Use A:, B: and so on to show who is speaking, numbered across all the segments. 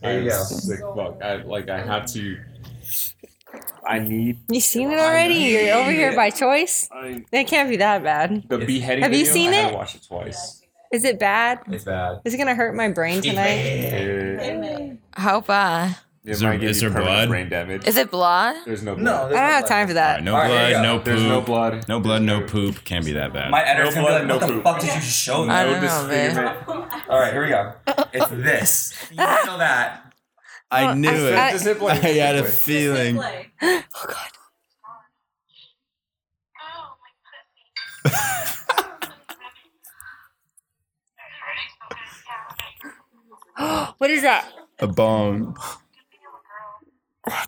A: There you
B: I'm
A: go.
B: sick fuck. I like I have to I need
C: You seen it already? You're over here by choice.
B: I
C: It can't be that bad.
B: the beheading
C: Have you
B: video,
C: seen
B: I had
C: it?
B: to watch it twice.
C: Is it bad?
A: It's bad.
C: Is it gonna hurt my brain tonight?
B: It,
D: How bad?
B: it
E: Is
B: might
E: there-
B: give
E: is
B: you
E: there
B: permanent
E: blood?
B: Brain damage.
D: uh, Is it blood?
B: There's no blood.
A: No,
C: I don't have time for
E: All
C: that.
E: right, no
A: All right,
E: blood,
A: here you
E: no
A: go.
E: poop.
B: There's no blood.
E: No blood, no poop. Can't be that bad.
A: My editor's
B: No
A: gonna be like,
B: blood,
A: what
B: no
A: the
B: poop.
A: fuck did you
E: Oh,
A: show me?
D: I
B: no
D: don't know, babe.
B: disfigurement.
A: All right, here we go. It's this. You know that.
E: I
C: Well,
E: knew
C: I-
E: it.
C: I-
E: I,
B: Just hit play.
E: had a
B: Just hit
E: feeling.
C: Oh god. what is that?
E: A bone.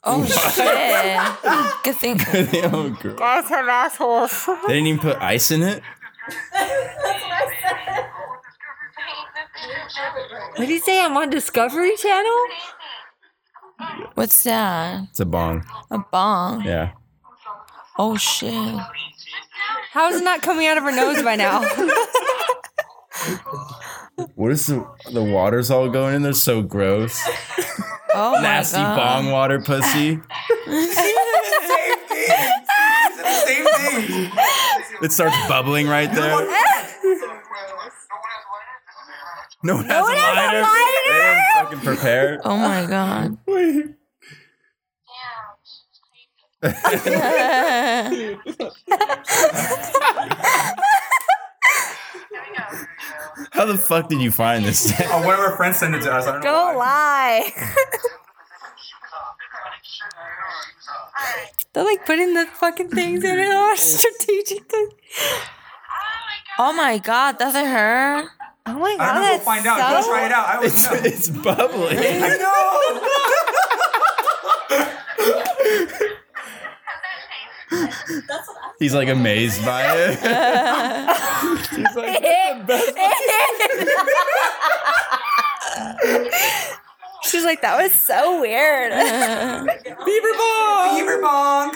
D: Oh shit! Good thing.
E: oh, girl.
C: That's her asshole.
E: They didn't even put ice in it.
C: What did you say? I'm on Discovery Channel?
D: What's that?
E: It's a bong.
D: A bong?
E: Yeah.
D: Oh shit!
C: How is it not coming out of her nose by now?
E: What is the the water's all going in? there? so gross.
D: Oh my
E: Nasty
D: god!
E: bong water pussy.
A: Same thing.
E: It starts bubbling right there. No one has a liner. They didn't fucking prepare.
D: Oh my god!
E: How the fuck did you find this?
A: Oh, one of our friends sent it to us. I don't know
C: Don't
A: why.
C: lie. They're like putting the fucking things in it. Oh, strategic thing.
D: Oh my god! Does it hurt?
C: Oh my god.
A: I don't know. We'll
C: that's
A: find out. Go
C: so-
A: try it out. I
E: it's,
A: will.
E: it's bubbling.
A: I know.
E: He's like amazed by it. He's like,
C: She's like, that was so weird.
A: Beaver bong. Beaver bong.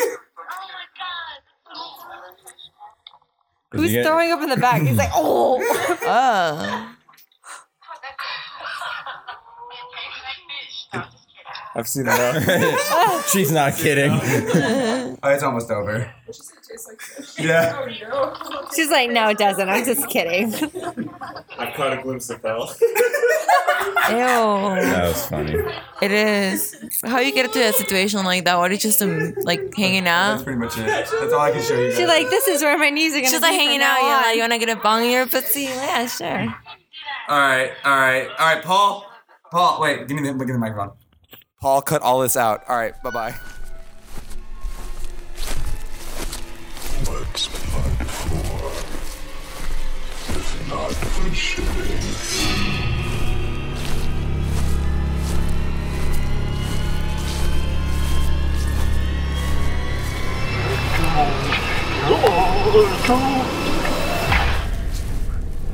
C: Who's throwing up in the back? He's like, oh.
D: Oh.
B: I've seen enough.
E: She's not kidding.
A: Oh, it's almost over. Yeah.
C: She's like, no, it doesn't. I'm just kidding.
B: I caught a glimpse of hell.
D: Ew.
E: That was funny.
D: It is. How you get to a situation like that? What are you just um, like hanging
A: That's
D: out?
A: pretty much it. That's all I can show you.
C: She's like, this is where my knees are gonna
D: She's
C: be
D: like
C: from
D: hanging
C: now
D: out. Yeah,
C: on.
D: like, you wanna get a bong in your pussy? Yeah, sure.
A: All right, all right, all right, Paul. Paul, wait, give me the, give me the microphone. Paul, cut all this out. All right, bye bye.
F: What's blood for? If not for shooting.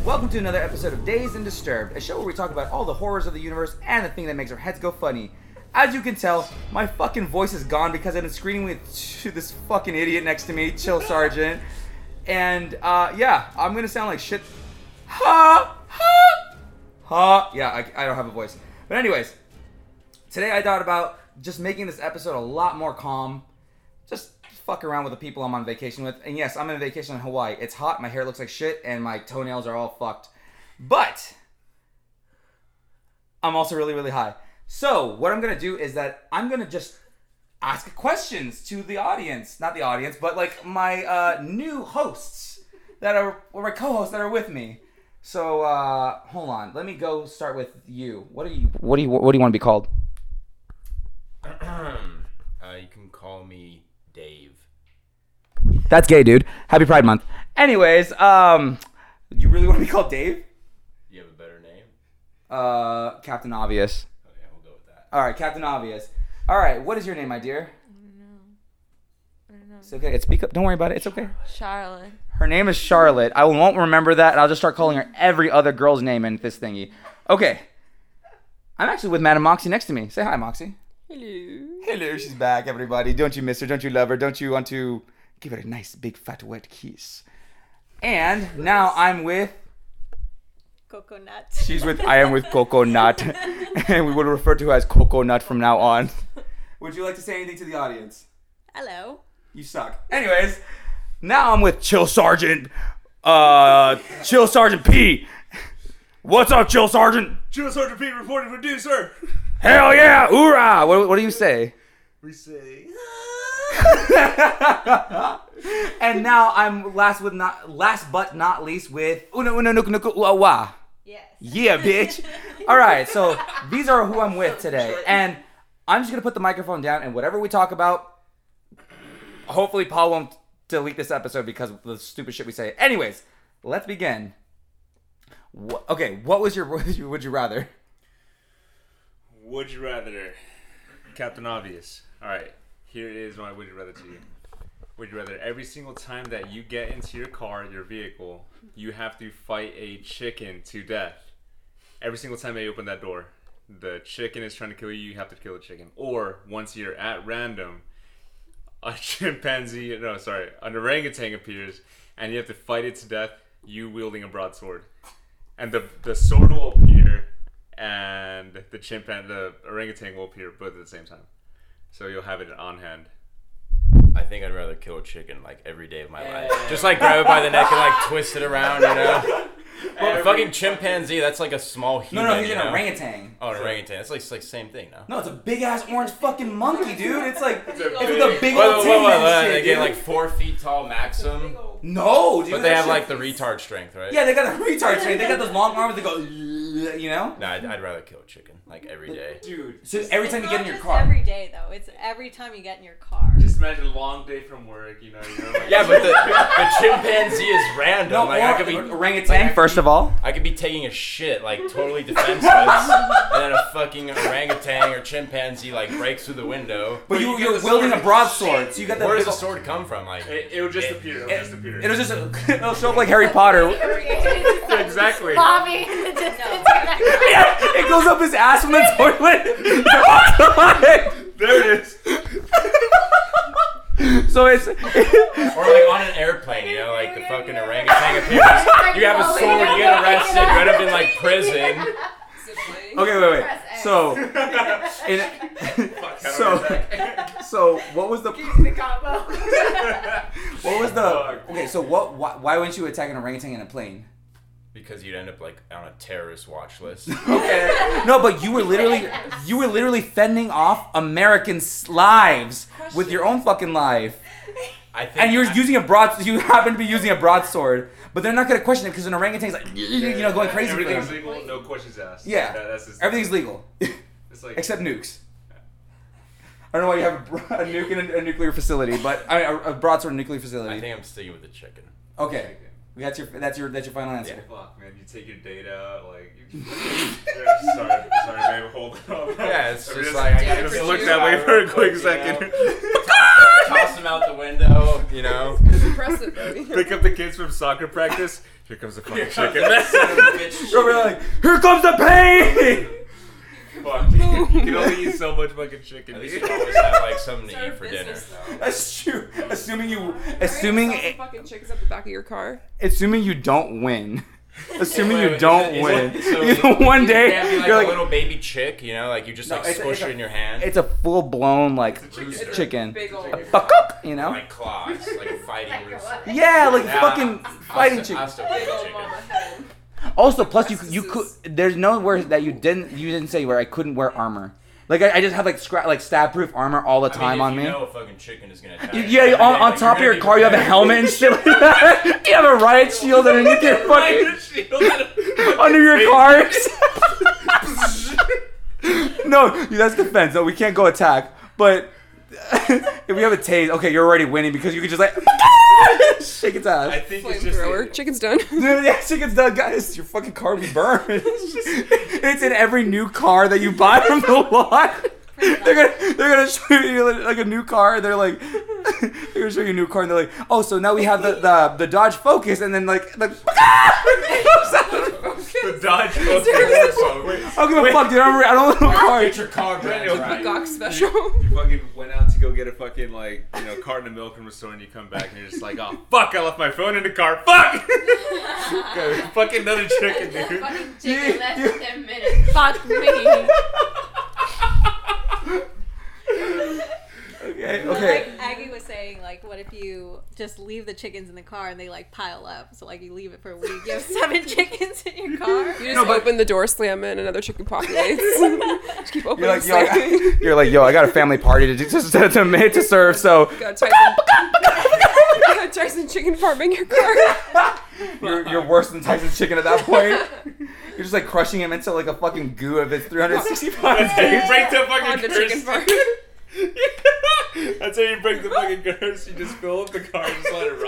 G: Welcome to another episode of Days and Disturbed, a show where we talk about all the horrors of the universe and the thing that makes our heads go funny. As you can tell, my fucking voice is gone because I've been screaming with this fucking idiot next to me, Chill Sergeant. And uh, yeah, I'm gonna sound like shit. Ha ha ha. Yeah, I, I don't have a voice. But anyways, today I thought about just making this episode a lot more calm. Just fuck around with the people I'm on vacation with. And yes, I'm on vacation in Hawaii. It's hot, my hair looks like shit, and my toenails are all fucked. But I'm also really, really high. So what I'm gonna do is that I'm gonna just ask questions to the audience, not the audience, but like my uh, new hosts that are or my co-hosts that are with me. So uh, hold on, let me go start with you. What are you? What do you? What do you want to be called?
H: Uh, you can call me Dave.
G: That's gay, dude. Happy Pride Month. Anyways, um, you really want to be called Dave?
H: You have a better name?
G: Uh, Captain Obvious.
H: Yeah, we'll go with that.
G: All right, Captain Obvious. All right, what is your name, my dear? It's okay. It's speak up. Don't worry about it. It's okay.
D: Charlotte.
G: Her name is Charlotte. I won't remember that, and I'll just start calling her every other girl's name in this thingy. Okay. I'm actually with Madam Moxie next to me. Say hi, Moxie. Hello. Hello. She's back, everybody. Don't you miss her? Don't you love her? Don't you want to give her a nice, big, fat, wet kiss? And now I'm with
I: Coconut.
G: She's with I am with Coconut, and we would refer to her as Coconut from now on. Would you like to say anything to the audience?
I: Hello.
G: You suck. Anyways, now I'm with Chill Sergeant, uh, Chill Sergeant P. What's up, Chill Sergeant?
B: Chill Sergeant P reporting for duty, sir.
G: Hell yeah, hoorah! What, what do you say?
B: We say.
G: And now I'm last with not last but not least with Uno Uno Nuku Nuku Ua Wa.
I: Yes.
G: Yeah, bitch. All right, so these are who I'm with today, and I'm just gonna put the microphone down, and whatever we talk about, hopefully Paul won't delete this episode because of the stupid shit we say. Anyways, let's begin. Wha okay, what was your would you, would you rather?
B: Would you rather? Captain Obvious. All right, here is my would you rather to you. Would you rather every single time that you get into your car, your vehicle, you have to fight a chicken to death? Every single time they open that door, the chicken is trying to kill you, you have to kill the chicken. Or once you're at random, a chimpanzee, no, sorry, an orangutan appears and you have to fight it to death, you wielding a broadsword. And the, the sword will appear and the chimpan the orangutan will appear both at the same time. So you'll have it on hand.
J: I think I'd rather kill a chicken like every day of my life. Just like grab it by the neck and like twist it around, you know. Well, fucking chimpanzee, that's like a small
G: No,
J: human.
G: no, he's
J: you
G: an
J: know?
G: orangutan.
J: Oh, an orangutan. It's like, it's like same thing, no?
G: No, it's a big ass orange fucking monkey, dude. It's like it's with
J: Wait,
G: a big
J: wait,
G: old
J: wait,
G: team
J: wait, wait,
G: and
J: They
G: shit.
J: get
G: dude.
J: like four feet tall maximum.
G: No, dude,
J: But they
G: that
J: have
G: shit-
J: like the retard strength, right?
G: Yeah, they got a retard train. They got those long arms that go, you know.
J: Nah, I'd, I'd rather kill a chicken like every day.
G: Dude, so every time you
I: Not
G: get in your
I: just
G: car,
I: Every day though, it's every time you get in your car.
B: Just imagine a long day from work, you know. You're like,
J: Yeah, but the, the chimpanzee is random.
G: No,
J: like I
G: or-
J: could be
G: orangutan,
J: I could
G: first
J: be-
G: of all.
J: I could be taking a shit like totally defenseless, and then a fucking orangutan or chimpanzee like breaks through the window.
G: but you,
B: you get
G: you're
B: the
G: wielding a
B: sword.
G: broadsword, so you got that.
J: Where does
G: big
J: the
G: ol-
J: sword come from? Like,
B: It, it would just appear. It would just appear.
G: It'll just it'll show up like Harry Potter.
B: exactly.
E: Bobby in the distance.
G: it goes up his ass from the toilet.
B: There it is.
G: so it's
J: or like on an airplane, you know, like the fucking orangutan appears. You have
B: Oh,
J: a sword, you get arrested, you end up in like prison.
G: okay. Wait, wait.
E: Press X.
G: So, in, so, so what was the what was the okay? So what? Why, why wouldn't you attack an orangutan in a plane?
J: Because you'd end up like on a terrorist watch list.
G: No, but you were literally you were literally fending off Americans' lives with your own fucking life,
J: I think.
G: and you're
J: I-
G: using a broad. You happen to be using a broadsword, but they're not gonna question it because an orangutan's like you know going crazy. for
B: Everything's
G: him.
B: legal, no questions asked.
G: Yeah,
B: That- that's his,
G: everything's legal
B: It's like,
G: except nukes. I don't know why you have a, bro- a nuke in a, a nuclear facility, but I mean, a, a broadsword nuclear
J: I
G: facility.
J: think I'm sticking with the chicken.
G: Okay, that's your that's your that's your final answer.
B: fuck, man. You take your data, like. You, sorry, sorry, babe. Hold on.
J: Yeah, it's
B: I
J: just like, I gotta
B: just
J: pursue
B: look that way for a quick
J: you know?
B: second.
J: Toss him out the window, you know.
K: Impressive. though.
B: Pick up the kids from soccer practice. Here comes the fucking chicken.
G: So we're like, here comes the pain.
B: fuck, dude. You can only eat so much fucking chicken.
J: At least
B: dude.
J: you always have like something to eat for dinner.
K: business
G: That's true. Assuming you assuming.
K: Sell some fucking chicks up the back of your car.
G: assuming you don't win. Assuming
J: Wait,
G: you
J: wait,
G: don't
J: is it-
G: win.
J: is it- so
G: You
J: it-
G: know, one
J: You
G: day
J: can't be like
G: you're
J: a
G: like,
J: little baby chick, you know, like you just
G: No,
J: like
G: it's a-
J: squish
G: it's a-
J: it in your hand.
G: it's a full blown like
J: Rooster.
G: chicken.
K: Big old.
G: A fuck you know?
J: like claws, like a fighting rooster.
G: Yeah, like
J: Nah,
G: fucking fighting
J: I'll still-
G: chicken.
J: I'll still pick the chicken.
K: mama head.
G: Also, plus you you could there's nowhere that you didn't you didn't say where I couldn't wear armor. Like I, I just have like scrap like stab proof armor all the
J: I mean,
G: time
J: if
G: on
J: you
G: me.
J: know a fucking chicken is gonna attack
G: You-
J: you,
G: yeah,
J: every
G: on,
J: day,
G: on
J: like,
G: top of
J: you're
G: your
J: gonna
G: car
J: be
G: you have a
J: prepared.
G: helmet and shit like that. You have a riot shield underneath your fucking under your cars. no, that's defense. No, we can't go attack. But if we have a tase, okay, you're already winning because you can just like shake its
B: I
G: ass.
B: think it's just.
K: Flamethrower. Chicken's done.
G: Dude, yeah, chicken's done, guys. Your fucking car will be burned. it's in every new car that you buy from the lot. They're gonna they're gonna show you like a new car. They're like they're gonna show you a new car, and they're like, oh, so now we have the the, the Dodge Focus, and then like like.
B: the Dodge Focus.
G: I don't give a fuck, dude. I don't, I don't want a car.
B: Get your car brand new.
G: Right.
B: You- You, fucking went out to go get a fucking like you know carton of milk from the store, and you come back and you're just like, oh fuck, I left my phone in the car. Fuck. Okay, fucking another chicken, dude.
D: Chicken less than 10 minutes. Fuck me.
G: Okay,
I: But,
G: okay.
I: Like Aggie was saying, like, what if you just leave the chickens in the car and they like pile up? So like you leave it for a week, you have seven chickens in your car.
L: You just open the door, slam it, and another chicken populates. just keep opening.
G: You're like,
L: the
G: yo, I, you're like, yo, I got a family party to to, to, to, to serve, so
L: Gotta try some- Gotta try some chicken farming your car.
G: you're, you're worse than Tyson's chicken at that point. You're just like crushing him into like a fucking goo of its 365 days.
B: break the
L: On
B: fucking
L: the
B: curse.
L: chicken farm.
B: That's how you break the fucking curse. You just fill up the car and just let it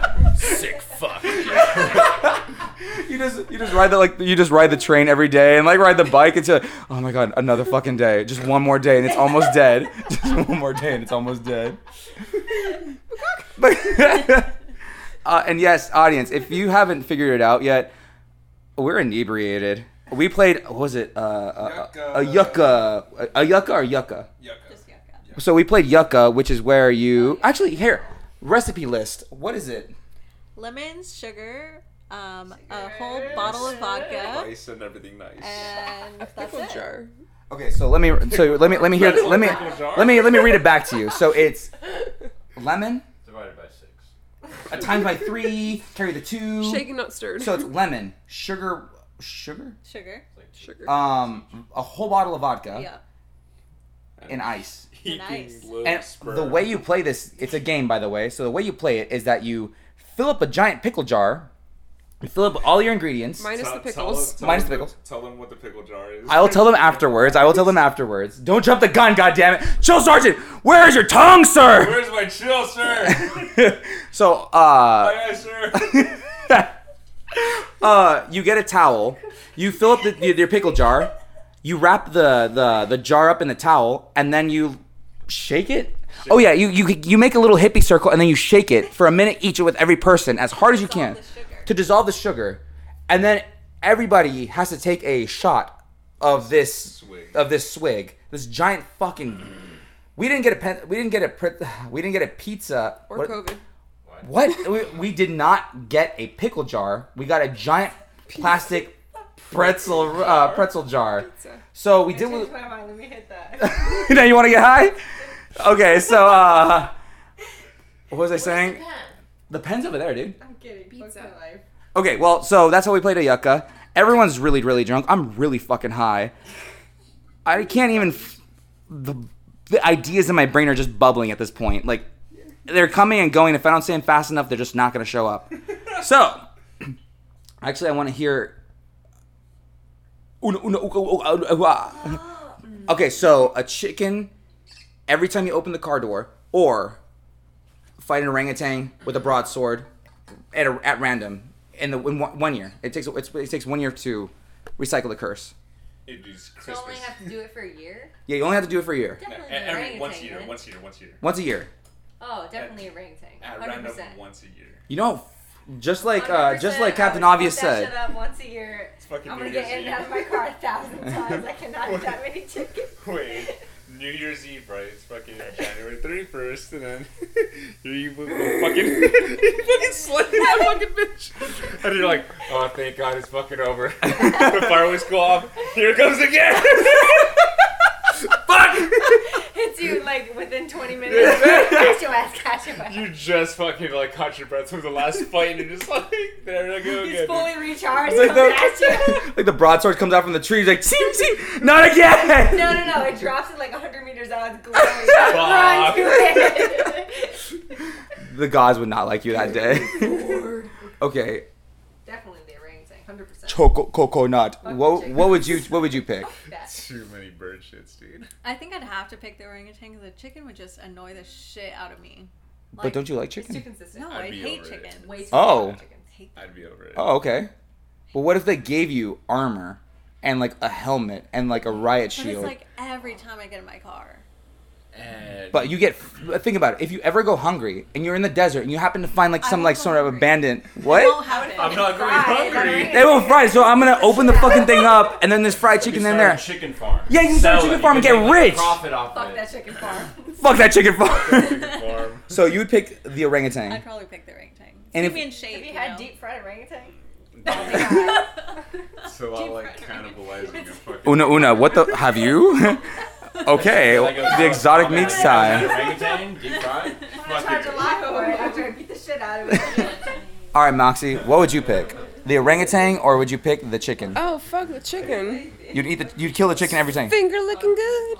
B: rot. Sick fuck.
G: You just you just ride the like you just ride the train every day and like ride the bike until oh my god another fucking day just one more day and it's almost dead just one more day and it's almost dead. Uh, and yes, audience, if you haven't figured it out yet, we're inebriated. We played what was it uh, uh, a yucca a, a yucca or yucca. So we played yucca, which is where you actually here recipe list. What is it?
I: Lemons, sugar, um, a whole bottle of vodka,
B: Ice and everything nice.
I: and that's it.
G: Okay, so let me so let me let me hear let me
L: Uh,
G: let me let me read it back to you. So it's lemon
J: Divided by six.
G: uh, times by three, carry the two.
L: Shaken, not stirred.
G: So it's lemon, sugar, sugar,
I: Sugar.
L: Sugar.
G: um, a whole bottle of vodka,
I: Yeah.
G: and ice.
I: Nice.
G: And the way you play this, it's a game, by the way. So the way you play it is that you fill up a giant pickle jar, you fill up all your ingredients,
B: Tell- tell them- tell
G: minus
B: them-
G: the pickles.
B: Tell them what the pickle jar is.
G: I will tell them afterwards. I will tell them afterwards. Don't jump the gun, goddammit. Chill, Sergeant. Where is your tongue, sir?
B: Where's my chill, sir?
G: So, uh,
B: yeah, sir.
G: uh, you get a towel. You fill up the, the, your pickle jar. You wrap the, the the jar up in the towel, and then you shake it. Oh yeah, you you you make a little hippie circle, and then you shake it for a minute each with every person as hard as you can to dissolve the sugar, and then everybody has to take a shot of this of this swig, this giant fucking. We didn't get a pen, we didn't get a pri- we didn't get a pizza
L: Or
G: what-
L: COVID.
G: what? We, we did not get a pickle jar. We got a giant plastic pretzel uh, pretzel jar. So we did. what-
I: Let me hit that.
G: now you want to get high? Okay, so uh, what was I saying? The pen's over there, dude.
I: I'm kidding. Pizza. life.
G: Okay, well, so that's how we played a yucca. Everyone's really, really drunk. I'm really fucking high. I can't even. F- the, the ideas in my brain are just bubbling at this point. Like, they're coming and going. If I don't say them fast enough, they're just not going to show up. So, actually, I want to hear. Una- una- uka- uka- uka- uka. Okay, so a chicken, every time you open the car door, or fight an orangutan with a broadsword at, a, at random in the in one, one year. It takes it's, it takes one year to recycle the curse.
B: It is
D: So only
B: Christmas.
D: have to do it for a year?
G: Yeah, you only have to do it for a year,
B: No,
D: Definitely an
B: every,
D: orangutan.
B: once a year,
D: right?
B: once a year, once a year.
G: once a year.
D: Oh, definitely a orangutan.
B: At
D: 100%.
B: random, once a year.
G: You know, just like uh, just like
D: 100%,
G: Captain
D: I would
G: Obvious
D: fuck that
G: said.
D: shit up once a year.
B: fucking
D: I'm
B: New
D: gonna get
B: Year's
D: in
B: Eve.
D: and out of my car a thousand times. I cannot eat that many chickens.
B: Wait, New Year's Eve, right? It's fucking January 31st, and then here you fucking, fucking slayed that fucking bitch. And you're like, oh, thank God it's fucking over. the fireworks go off. Here it comes again.
D: Hits you like within 20 minutes. catch your ass, catch your ass.
B: You just fucking like caught your breath from the last fight, and you're just like, there I go
D: He's
B: again.
D: fully recharged.
G: Like
D: Like
G: the-
D: at you.
G: Like the broadsword comes out from the tree, he's like, see, see, not again!
D: No, no, no. It drops it like 100 meters out. It's glowing. Run to it.
G: The gods would not like you that day. okay,
D: Definitely the orangutan. 100%.
G: choco coconut. What what would you what would you pick?
B: Too many bird shits, dude.
I: I think I'd have to pick the orangutan because the chicken would just annoy the shit out of me.
G: But don't you like chicken?
D: It's too consistent.
I: No, I
B: I'd be
I: hate
B: over it.
I: chicken.
D: Way too
G: Oh.
B: I'd be over it.
G: Oh, okay. Well, what if they gave you armor and like a helmet and like a
I: But
G: riot
I: it's
G: shield?
I: like every time I get in my car.
J: And
G: But you get think about it. If you ever go hungry and you're in the desert and you happen to find like some like sort of abandoned what?
J: I'm not going hungry.
G: They won't fry, so I'm gonna open the fucking thing up and then there's fried chicken in there.
J: Chicken farm.
G: Yeah, you can start a
J: Sell it.
G: chicken
J: You
G: farm and
J: can
G: get
J: make, like,
G: rich.
J: Profit off
I: Fuck that chicken farm.
G: Fuck that chicken farm. so you would pick the orangutan.
I: I'd probably pick the orangutan. Keep
G: And if-
I: me in shape.
D: Have you
I: you
D: had
I: know?
D: deep fried orangutan?
B: It's a lot like cannibalizing your fucking.
G: Una Una, what the have you? okay, the exotic meat side.
J: Orangutan, deep fried.
D: I'm gonna charge a lot for it after I beat the shit out of it.
G: All right, Moxie, what would you pick? The orangutan, or would you pick the chicken?
L: Oh fuck the chicken.
G: You'd eat the, you'd kill the chicken every time.
L: Finger looking good.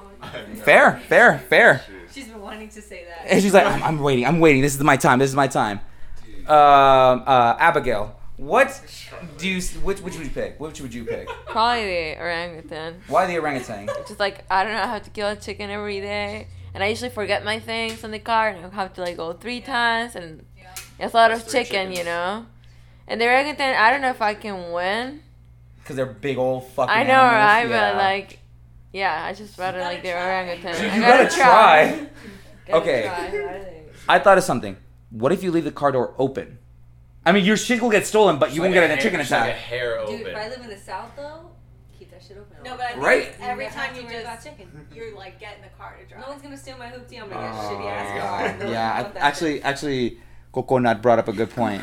G: Fair, fair, fair.
I: She's been wanting to say that.
G: And she's like, I'm, I'm waiting, I'm waiting. This is my time. This is my time. Um, uh, Abigail, what do you? Which which would you pick? Which would you pick?
C: Probably the orangutan.
G: Why the orangutan?
C: Just like I don't know how to kill a chicken every day, and I usually forget my things in the car, and I have to like go three times, and it's a lot of chicken, you know. And the orangutan, I don't know if I can win.
G: Because they're big old fucking.
C: I know,
G: animals.
C: right? But
G: Yeah.
C: like, yeah, I just rather like the orangutan.
G: You
C: I
G: gotta try.
C: Gotta
G: Okay.
C: try.
G: I thought of something. What if you leave the car door open? I mean, your shit will get stolen, but you won't get a chicken attack.
I: Dude, if I live in the south though, keep that shit open. No, but
G: I think Right?
I: every
D: You
I: time
D: have
I: you
D: to
I: worry
D: just-
I: about chicken, you're like getting the car to drive. No one's gonna steal my hoopty. I'm
G: yeah, I, actually, actually, Coconut brought up a good point.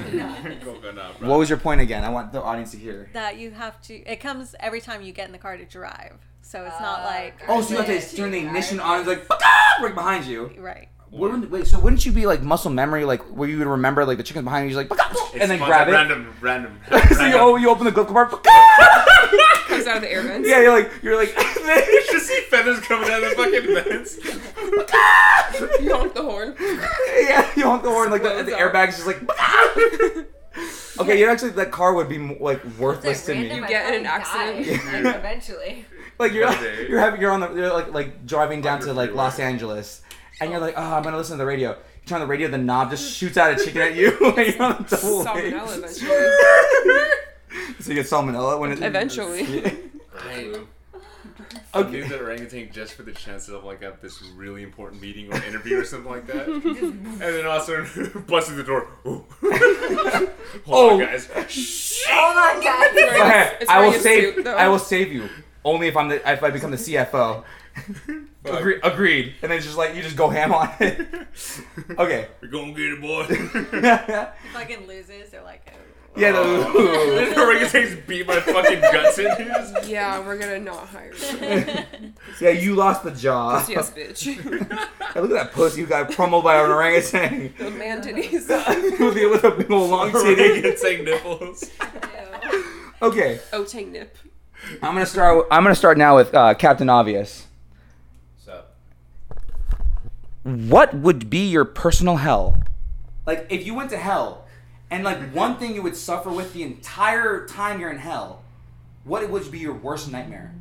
B: Coconut, bro.
G: what was your point again? I want the audience to hear.
I: That you have to. It comes every time you get in the car to drive. So it's not like.
G: Oh, so you have to turn the ignition on. It's like "Fuck ah!" right behind you.
I: Right.
G: Wouldn't, wait, so wouldn't you be like muscle memory, like where you would remember like the chicken behind you, you're like "Fuck ah!" and then
B: It's
G: grab it.
B: Random, random.
G: so you, oh, you open the glove compartment. "Fuck
L: Comes out of the air
G: ah!"
L: vents.
G: yeah, you're like you're like. you
B: should see feathers coming out of the fucking vents.
L: you honk the horn.
G: yeah, you honk the horn like the, the airbag's just like. okay, you know, actually that car would be m- like worthless to me.
L: You get in an accident.
D: Like, eventually.
G: Like you're
D: One day.
G: you're having you're on the you're like like driving down to like Los Angeles, and you're like, oh, I'm gonna listen to the radio. You turn on the radio, the knob just shoots out a chicken at you. and you're on the double wide.
L: Salmonella eventually.
G: So you get salmonella when it
L: Eventually.
B: I do that orangutan just for the chance that I'm like at this really important meeting or interview or something like that. and then all of a sudden, busts through the door. Ooh. Hold on, guys.
D: Oh my god.
G: Go ahead. I will
L: wearing a
G: save.
L: suit, though.
G: I will save you only if I'm the, if I become the CFO. Agree, agreed. And then it's just like you just go ham on it. okay.
B: We're gonna get it, boy.
I: Fucking loses. They're like. oh.
G: Yeah. The,
B: This orangutan's beat my fucking guts in.
L: yeah, we're gonna not hire you.
G: yeah, you lost the jaw.
L: yes, bitch.
G: Hey, look at that pussy. You got pummeled by an orangutan.
L: the man titties.
G: with, the, with a big old long titty.
B: Orangutan nipples.
G: Okay,
L: Otang nip.
G: I'm gonna start. with- I'm gonna start now with uh, Captain Obvious.
J: So
G: What would be your personal hell? Like, if you went to hell, and like one thing you would suffer with the entire time you're in hell, what would be your worst nightmare?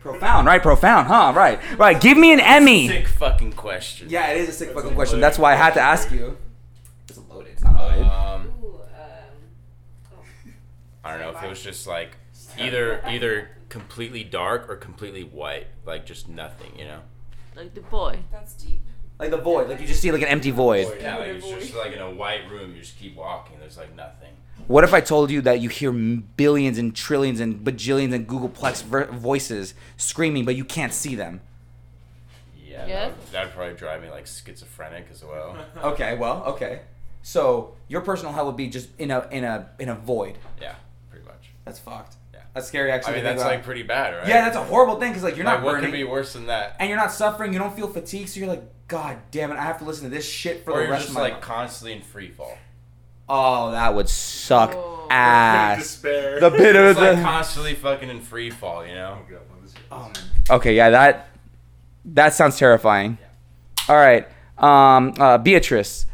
G: Profound, right? Profound, huh? Right, right. Give me an Emmy.
J: Sick fucking question.
G: Yeah, it is a sick fucking question. That's why I had to ask you. It's loaded. It's not loaded.
J: Um, I don't know if it was just like either either completely dark or completely white, like just nothing, you know.
C: Like the boy.
L: That's deep.
G: Like the void. Like you just see like an empty void.
J: Yeah, like it's just like in a white room. You just keep walking. There's like nothing.
G: What if I told you that you hear m- billions and trillions and bajillions and Googleplex ver- voices screaming, but you can't see them?
J: Yeah. that
G: Yeah.
J: would- That'd, probably drive me like schizophrenic as well.
G: Okay, well, okay. So your personal hell would be just in a in a in a void.
J: Yeah, pretty much.
G: That's fucked. Yeah. That's scary.
J: I
G: Actually,
J: mean,
G: to think
J: that's
G: about.
J: like pretty bad, right?
G: Yeah, that's a horrible thing because like you're
J: Like,
G: not
J: what
G: burning
J: could be worse than that?
G: and you're not suffering. You don't feel fatigue, so you're like, God damn it, I have to listen to this shit for
J: or
G: the
J: you're
G: rest
J: just
G: of my
J: like
G: life.
J: constantly in free fall.
G: Oh, that would suck ass.
J: Despair.
G: The bit of
J: It's,
G: the
J: like constantly fucking in free fall, you know.
G: Oh man. Okay, yeah, that that sounds terrifying. All right, um, uh, Beatrice,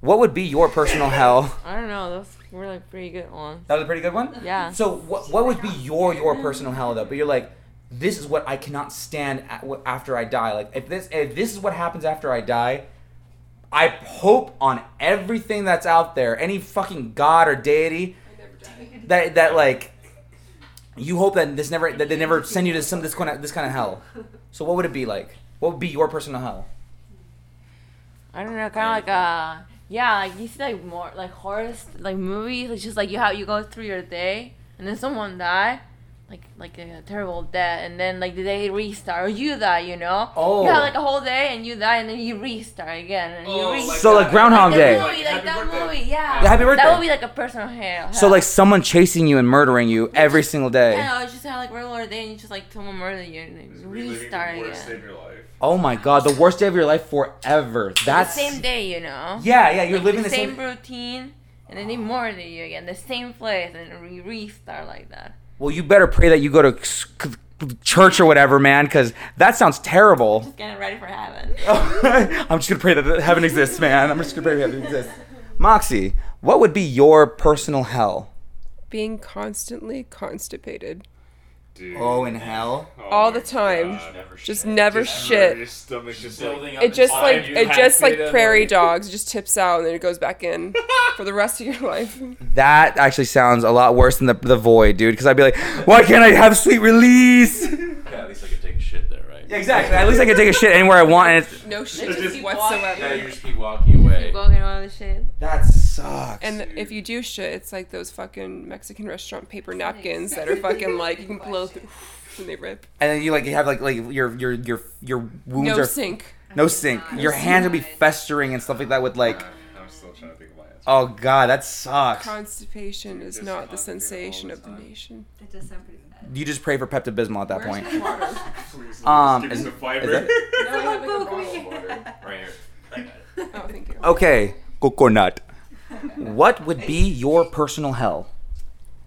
G: what would be your personal hell?
C: I don't know. Those were like pretty good ones.
G: That was a pretty good one.
C: Yeah.
G: So what what would be your your personal hell though? But you're like, this is what I cannot stand at, wh- after I die. Like if this if this is what happens after I die, I hope on everything that's out there, any fucking god or deity, that that like you hope that this never that they never send you to some this kind of this kind of hell. So what would it be like? What would be your personal hell?
C: I don't know, kind of like a yeah, like you see like more like horror st- like movies. It's just like you have you go through your day and then someone die, like like a terrible death, and then like the day restart or you die, you know?
G: Oh.
C: You have like a whole day and you die and then you restart again and you restart.
G: So like Groundhog
C: that
G: Day.
C: Movie, like that movie, yeah.
G: Yeah, Happy
C: That
G: Birthday.
C: would be like a personal hell.
G: So like someone chasing you and murdering you every single day.
C: Yeah, it's just have like regular day and you just like someone murder you and then you restart again.
G: Oh my god, the worst day of your life forever. That's
C: the same day, you know.
G: Yeah, yeah, you're
C: Like,
G: living
C: the
G: the
C: same,
G: same-
C: routine, and then they murder you again, the same place, and we restart like that.
G: well, you better pray that you go to c- c- church or whatever, man, because that sounds terrible.
C: Just getting ready for heaven.
G: I'm just gonna pray that heaven exists, man. I'm just gonna pray that heaven exists. Moxie, what would be your personal hell?
L: Being constantly constipated.
G: Oh, in hell.
L: all the time. just never shit.
B: Your stomach's just
J: Building
B: like,
L: It just
B: inside
L: like
B: you.
L: it just like
B: Packed it in,
L: prairie
B: like-
L: dogs. It just tips out and then it goes back in for the rest of your life.
G: That actually sounds a lot worse than the, the void, dude. Because I'd be like, why can't I have sweet release?
J: Yeah, at least I could take a shit there, right?
G: Yeah, exactly. At least I can take a shit anywhere I want. And it's,
L: No shit
J: Just keep
L: whatsoever.
J: Yeah, you just keep walking away.
C: Walking around the shit.
G: that sucks.
L: And if you do shit, it's like those fucking Mexican restaurant paper napkins that are fucking like you can blow through and they rip.
G: And then you like you have like like your your your your wounds
L: No
G: are
L: sink. Oh,
G: No sink. Your hands will be festering and stuff like that with like.
B: I'm still trying to think of my answer.
G: Oh god, that sucks.
L: Constipation is not the sensation of the nation. That does sound pretty bad.
G: You just pray for Pepto Bismol at that point.
B: Please,
G: Um,
B: give me
G: is-
B: some
G: is
B: fiber.
G: that-
J: Right here.
L: Oh, thank you.
G: okay, coconut. What would be your personal hell?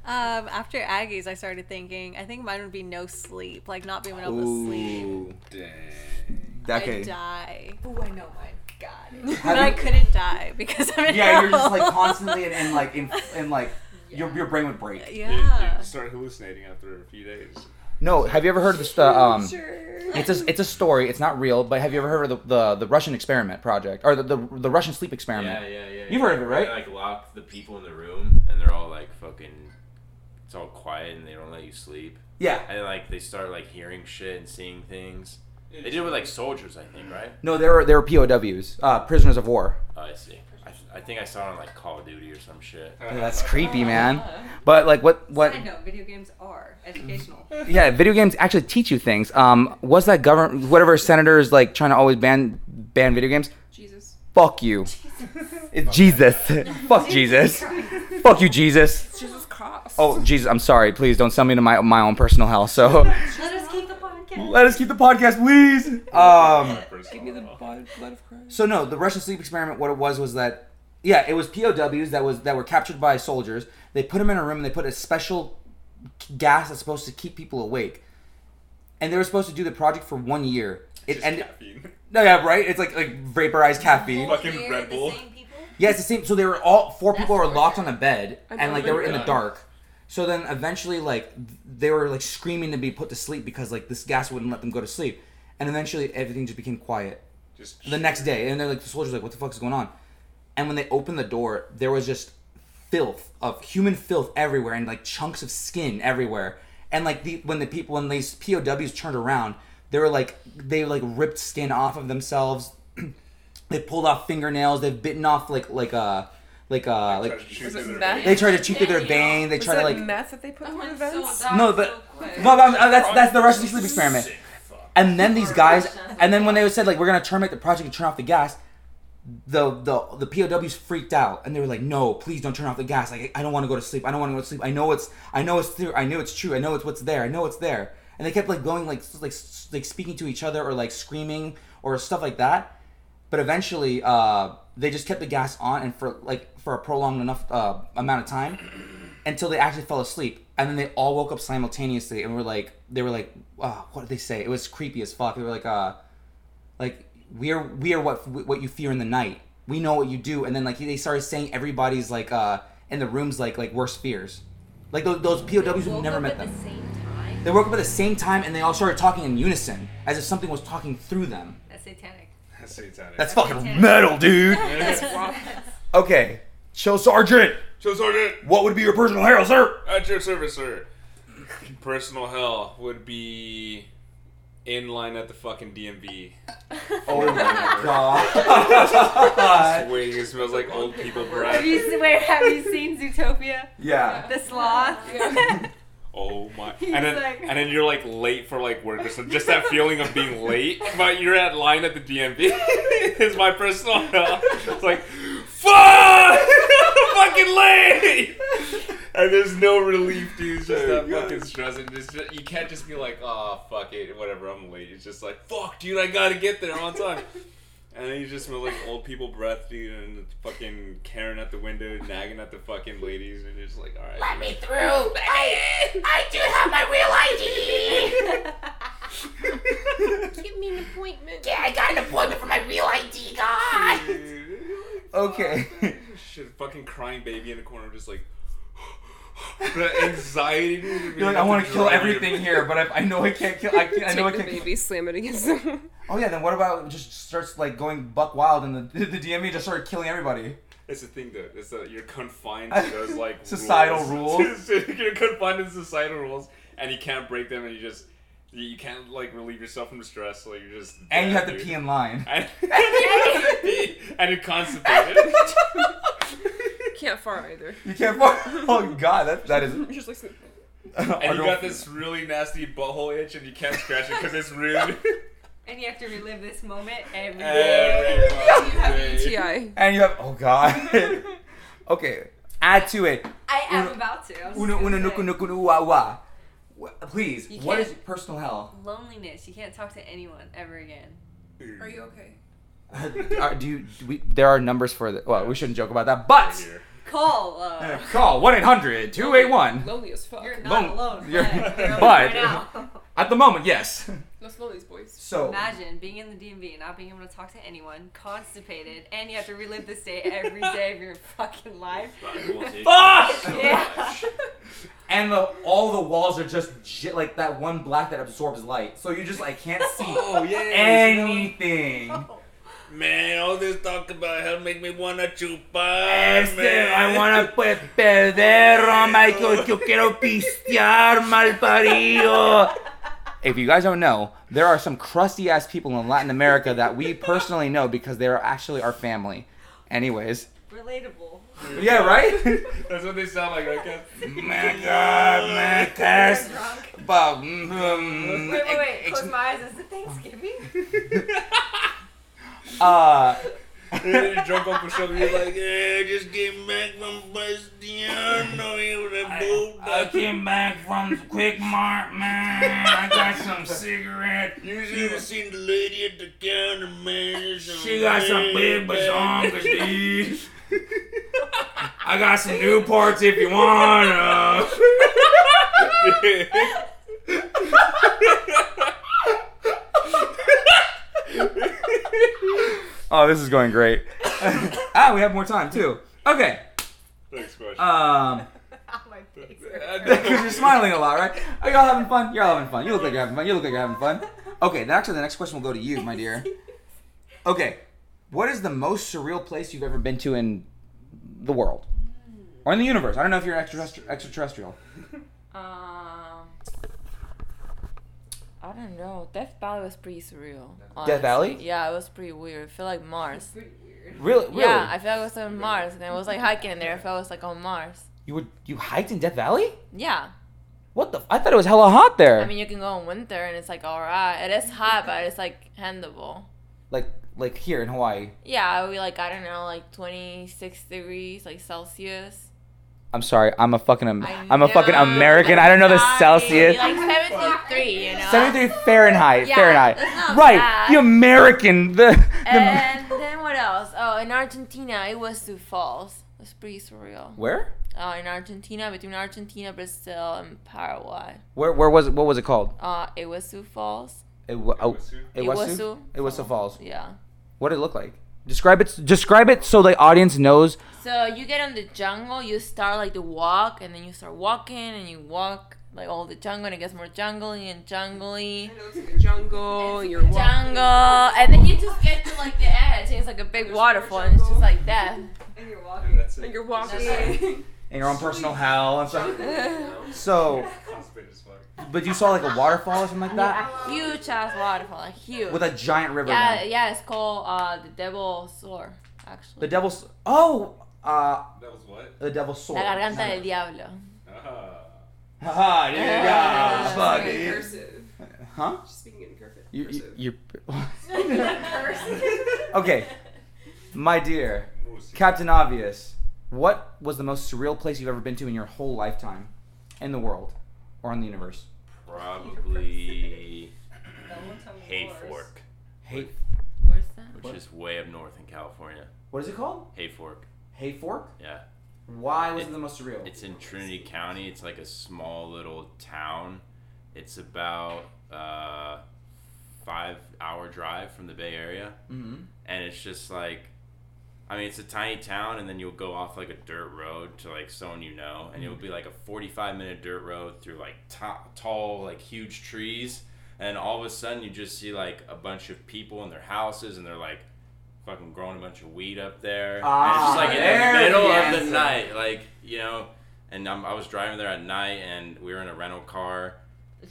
I: Um, after Aggies, I started thinking. I think mine would be no sleep, like not being able to sleep.
G: Dang.
I: I
G: Okay.
I: die. Oh, I know mine. God.
G: Have
I: But I
G: you-
I: couldn't die because I'm in
G: Yeah, you're just
I: hell.
G: like constantly and, and like in, and like your your brain would break.
B: You, you start hallucinating after a few days.
G: No, have you ever heard of this? Uh, um, it's a it's a story. It's not real, but have you ever heard of the the, the Russian experiment project or the, the the Russian sleep experiment?
J: Yeah, yeah, yeah.
G: You've heard of it, right?
J: They, like lock the people in the room, and they're all like fucking. It's all quiet, and they don't let you sleep.
G: Yeah.
J: And like they start like hearing shit and seeing things. They did it with like soldiers, I think, right?
G: No, there were there were POWs, uh, prisoners of war.
J: Oh, I see. I, th- I think I saw it on like Call of Duty or some shit.
G: Yeah, that's creepy, man. But like, what what?
D: I know video games are educational.
G: Yeah, video games actually teach you things. Um, was that government, whatever senator is like trying to always ban ban video games?
L: Jesus.
G: Fuck you. It's Jesus. Fuck Jesus. Fuck you, Jesus.
L: Jesus Christ.
G: Oh, Jesus, I'm sorry. Please don't send me to my my own personal hell. So
D: Let us keep the podcast.
G: let us keep the podcast, please. Um.
L: Give me the blood, blood of Christ.
G: So no, the Russian sleep experiment. What it was was that, yeah, it was POWs that was that were captured by soldiers. They put them in a room and they put a special gas that's supposed to keep people awake. And they were supposed to do the project for one year. It ended. No, yeah, right. It's like like vaporized caffeine.
B: Fucking Red Bull.
G: Yeah, it's the same. So they were all four people were locked on a bed,
B: I
G: and like they were in the
B: believe it.
G: dark. So then eventually, like they were like screaming to be put to sleep because like this gas wouldn't let them go to sleep, and eventually everything just became quiet.
B: Just
G: the next day, and they're like the soldiers like, what the fuck is going on? And when they opened the door, there was just filth of human filth everywhere, and like chunks of skin everywhere, and like the when the people when these POWs turned around, they were like they like ripped skin off of themselves. they pulled off fingernails. They've bitten off like like uh like uh like
L: Was it meth?
G: they tried to chew through their vein. They
L: was
G: tried
L: that
G: to like
L: meth that they put through the vents?
G: no, but no, but I'm- uh, that's that's the Russian sleep experiment. And then these guys, and then when they said like we're gonna terminate the project and turn off the gas, the the the POWs freaked out and they were like, no, please don't turn off the gas. Like I don't want to go to sleep. I don't want to go to sleep. I know it's I know it's true. I know it's true. I know it's what's there. I know it's there. And they kept like going like s- like s- like speaking to each other or like screaming or stuff like that. But eventually, uh, they just kept the gas on and for like for a prolonged enough uh, amount of time until they actually fell asleep and then they all woke up simultaneously and were like they were like uh, what did they say it was creepy as fuck they were like uh like we are we are what what you fear in the night we know what you do and then like they started saying everybody's like uh in the rooms like like worst fears like those, those pows who never met them they woke up at the same time and they all started talking in unison as if something was talking through them
D: That's satanic.
B: That's satanic.
G: that's fucking metal dude
D: That's
G: okay chill sergeant
B: Chill Sergeant!
G: what would be your personal hero sir
B: At your service, sir. personal hell would be in line at the fucking DMV.
M: Oh my
B: god! Swing. It smells like old people breath.
C: Have you se- wait, have you seen Zootopia?
B: Yeah.
C: The sloth.
B: Oh my!
C: He's
B: and then
C: like-
B: and then you're like late for like work or something. Just that feeling of being late, but you're at line at the DMV. is my personal hell. It's like fuck, fucking late. And there's no relief, dude. It's just that fucking stress. And just, you can't just be like, oh, fuck it, whatever, I'm late. It's just like, fuck, dude, I gotta get there I'm on time. And then you just smell like old people breath, dude, and fucking Karen at the window, nagging at the fucking ladies, and you're just like, alright. Let me
K: through. I, I do have my real ID.
N: Give me an appointment.
K: yeah, I got an appointment for my real ID, God.
G: Okay.
B: Shit, fucking crying baby in the corner, just like. the anxiety, dude.
G: You're like, I want to kill everything here, but if I know I can't kill, I, can't, I know I
L: Take
G: can't.
L: the baby, slam it against them.
G: Oh yeah, then what about just starts like going buck wild and the the DMV just started killing everybody?
B: It's the thing though. It's that you're confined to those like
G: Societal rules.
B: you're confined to societal rules, and you can't break them, and you just you, you can't like relieve yourself from stress. Like you're just
G: And you
B: dead,
G: have to
B: dude.
G: pee in line.
B: And, and you're constipated.
L: Can't fart either.
G: You can't. Oh god, that that is.
L: Just like
B: and you got this really nasty butthole itch, and you can't scratch it because it's rude.
C: And you have to relive this moment every day.
B: Every fucking
C: You have E
B: day.
L: UTI.
G: And you have oh god. okay, add to it.
C: I am
G: Uno-
C: about to. I was
G: Una
C: just
G: una
C: gonna
G: nuku
C: say.
G: nuku nu wa wa. Wh- Please,
C: You
G: what is
C: can't-
G: personal hell?
C: Loneliness. You can't talk to anyone ever again.
B: Are
C: you okay?
G: Uh, Are- do you? Do we, there are numbers for that. Well, we shouldn't joke about that, but
C: Call. Uh,
G: call 1 800 281.
L: Lonely as fuck.
C: You're
G: Lon-
C: not alone.
G: you're-
C: but you're alone right
G: but-
C: now.
G: At the moment, yes.
L: Let's slow these boys.
G: So-
C: imagine being in the DMV and not being able to talk to anyone, constipated, and you have to relive this day every day of your fucking life.
G: Fuck!
C: yeah.
G: And the, all the walls are just j- like that one black that absorbs light. So you just like can't see
B: Oh, yeah,
G: anything.
B: Man, all this talk about hell make me wanna
K: Este,
B: chupar.
K: I wanna pues perder, oh my god, yo quiero pistear, malparido.
G: If you guys don't know, there are some crusty ass people in Latin America that we personally know because they are actually our family. Anyways.
C: Relatable.
G: Yeah, right?
B: That's what they sound like, right, Kev?
K: My god, my test.
G: But,
C: Wait,
G: mm,
C: wait, wait.
K: mm-hmm. ex-
C: Close my eyes. Is it Thanksgiving?
G: uh,
B: You're drunk off a show, you're like, yeah, just came back from Bastiano, you the
K: I came back from Quick Mart, man. I got some cigarette.
B: You should have seen the lady at the counter, man.
K: She got some big bazongas, dude. I got some new parts if you want. Uh.
G: oh, this is going great. ah, we have more time too. Okay.
B: Thanks, question.
K: Uh,
G: Um, because you're smiling a lot, right? Are y'all having fun? You're all having fun. You look like you're having fun. You look like you're having fun. Okay, then actually, the next question will go to you, my dear. Okay, what is the most surreal place you've ever been to in the world or in the universe? I don't know if you're extraterrestri- extraterrestrial.
D: Um, I don't know. Death Valley was pretty surreal.
G: Death Valley?
D: honestly. Yeah, it was pretty weird. I feel like Mars.
G: Really-
D: Yeah,
G: really?
D: I feel like I was on Mars, and I was like hiking in there. I felt I was like on Mars.
G: You were you hiked in Death Valley?
D: Yeah.
G: What the? F- I thought it was hella hot there.
D: I mean, you can go in winter, and it's like all right. It is hot, but it's like handleable.
G: like like here in Hawaii.
D: Yeah, we like I don't know, like twenty six degrees, like Celsius.
G: I'm sorry. I'm a fucking am-
D: I
G: I'm a fucking
D: know,
G: American. I don't know the
D: sorry.
G: Celsius.
D: Like seventy three, you know.
G: 73 Fahrenheit.
D: Yeah,
G: Fahrenheit.
D: that's not
G: Right.
D: bad. Eh.
G: The American. The, the
D: And then what else? Oh, in Argentina, it was Sioux Falls. That's pretty surreal.
G: Where?
D: Uh, in Argentina, between Argentina, Brazil, and Paraguay.
G: where where was it? What was it called?
D: Uh, it was Sioux Falls.
G: It wa- oh,
D: Iguazu
G: Iguazu. Iguazu Falls.
D: Yeah.
G: What did it look like? Describe it. Describe it so the audience knows.
D: So you get on the jungle, you start like the walk, and then you start walking, and you walk like all the jungle, and it gets more jungly and jungly.
L: jungle, you're walking.
D: jungle, and then you just get to like the edge, and it's like a big waterfall, and it's just like that.
C: And you're
B: And
C: walking.
B: that's it.
L: And you're walking.
G: And your own personal hell and stuff. So
B: Constipated as fuck.
G: But you saw like a waterfall or something like that?
C: Yeah, a huge ass waterfall, like huge.
G: With a giant river
C: Yeah,
G: down.
C: yeah, it's called uh, the Devil's Sword, actually.
G: The devil's oh, uh,
B: Devil's what? Ah.
G: The devil's sword.
C: La Garganta del Diablo.
G: Haha, yeah,
C: Yeah.
G: fuck
C: Speaking
G: it. Huh?
L: Speaking in cursive.
G: You, you, you,
L: Cursive.
G: okay, my dear Captain Obvious, what was the most surreal place you've ever been to in your whole lifetime, in the world, or in the universe?
J: Probably Hate Fork.
G: Hate.
C: Where's that?
J: Which is way up north in California.
G: What is it called?
J: Hay Fork.
G: Hay Fork?
J: Yeah.
G: Why was it the most surreal?
J: It's in Trinity County. It's like a small little town. It's about uh, five hour drive from the Bay Area,
G: Mhm.
J: and it's just like, I mean, it's a tiny town, and then you'll go off like a dirt road to like someone you know, and it'll be like a forty five minute dirt road through like ta tall like huge trees, and all of a sudden you just see like a bunch of people in their houses, and they're like. Fucking growing a bunch of weed up there. and it's
B: Ah,
J: just like in
B: there's
J: the middle
B: the
J: of the
B: answer.
J: night, like you know and um, i was driving there at night and we were in a rental car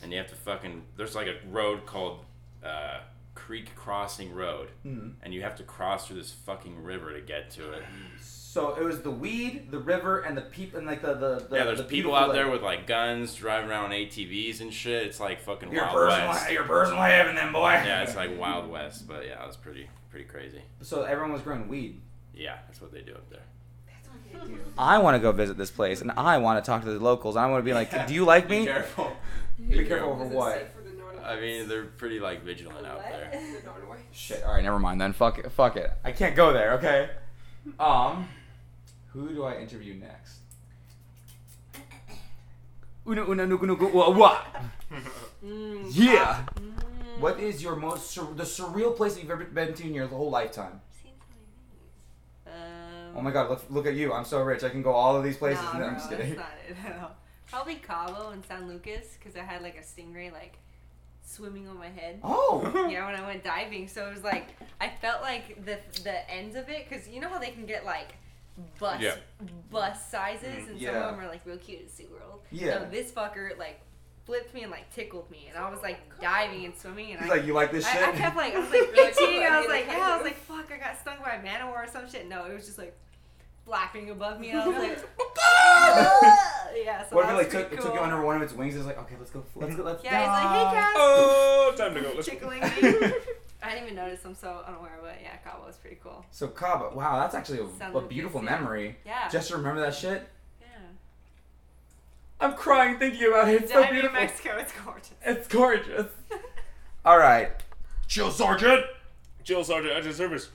J: and you have to fucking there's like a road called uh, creek crossing road
G: Mhm.
J: and you have to cross through this fucking river to get to it
G: So it was the weed, the river, and the peep, and like the the, the
J: yeah there's
G: the
J: people
G: beautiful,
J: out
G: like-
J: there with like guns driving around on atvs and shit it's like fucking
G: You're
J: wild
G: personal-
J: west
G: you're personal having them, boy.
J: yeah it's like wild west but yeah it was pretty pretty crazy
G: So everyone was growing weed.
J: yeah that's what they do up there
G: I want to go visit this place, and I want to talk to the locals, and I want to be like, "Do you like me?"
J: be careful
G: Be careful for what?
J: i mean they're pretty like vigilant out there
G: Shit. All right, never mind then. Fuck it. Fuck it. I can't go there. Okay. Um, who do I interview next? Una una nuku nuku wa wa. Yeah. Mm. What is your most sur- the surreal place that you've ever been to in your whole lifetime? Oh my god, look, look at you. I'm so rich. I can go all of these places.
D: Nah,
G: No,
D: bro,
G: I'm just
D: Um, that's
G: kidding.
D: not it at all. Probably Cabo and San Lucas because I had like a stingray like swimming on my head.
G: Oh.
D: yeah, when I went diving, so it was like I felt like the the ends of it because you know how they can get like bus
C: Yeah.
D: bus sizes
C: Mhm.
D: and some
C: Yeah.
D: of them are like real cute at SeaWorld.
G: Yeah.
D: So this fucker like flipped me and like tickled me and I was like diving and swimming and
G: He's
D: I
G: like, "You like this
D: I, I
G: shit?"
D: kept like I was like
C: You're like,
D: itching. I
C: "Oh,
D: was
C: I
D: like
C: need to
D: yeah.
C: kind
D: I was
C: of-
D: like fuck. I got stung by a manowar or some shit. No, it was just like flapping above me and I was like. yeah,
G: what if
D: so that
G: it
D: was
G: like took,
D: pretty
G: it took you
D: cool.
G: under one of its wings? It's like, okay, let's go. Let's go. Let's
D: Yeah, he's like, hey,
G: dive."
D: Cass.
B: Oh, time to go. Let's go.
D: Tickling me. I didn't even notice. I'm so unaware, but yeah, Cabo was pretty cool.
G: So Cabo, wow, that's actually a,
D: San
G: a
D: Lucas,
G: beautiful
D: yeah.
G: memory.
D: Yeah.
G: Just to remember that shit.
D: Yeah.
G: I'm crying thinking about it. It's so
D: Diving in
G: beautiful.
D: Mexico, it's gorgeous.
G: It's gorgeous. All right.
B: Jill Sergeant. Jill Sergeant at your service.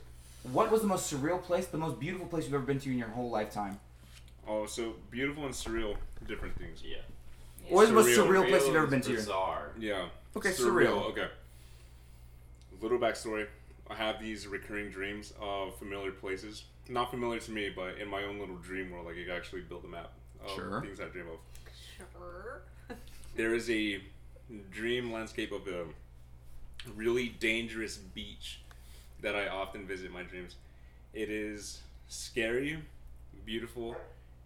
G: What was the most surreal place, the most beautiful place you've ever been to in your whole lifetime?
B: Oh, so beautiful and surreal, different things.
J: Yeah.
G: What is the most surreal place you've ever been to?
J: Bizarre.
B: Yeah.
G: Okay, surreal.
B: Okay. Little backstory. I have these recurring dreams of familiar places. Not familiar to me, but in my own little dream world, like I could actually build a map of
G: Sure.
B: things I dream of. There is a dream landscape of a really dangerous beach that I often visit in my dreams. It is scary, beautiful,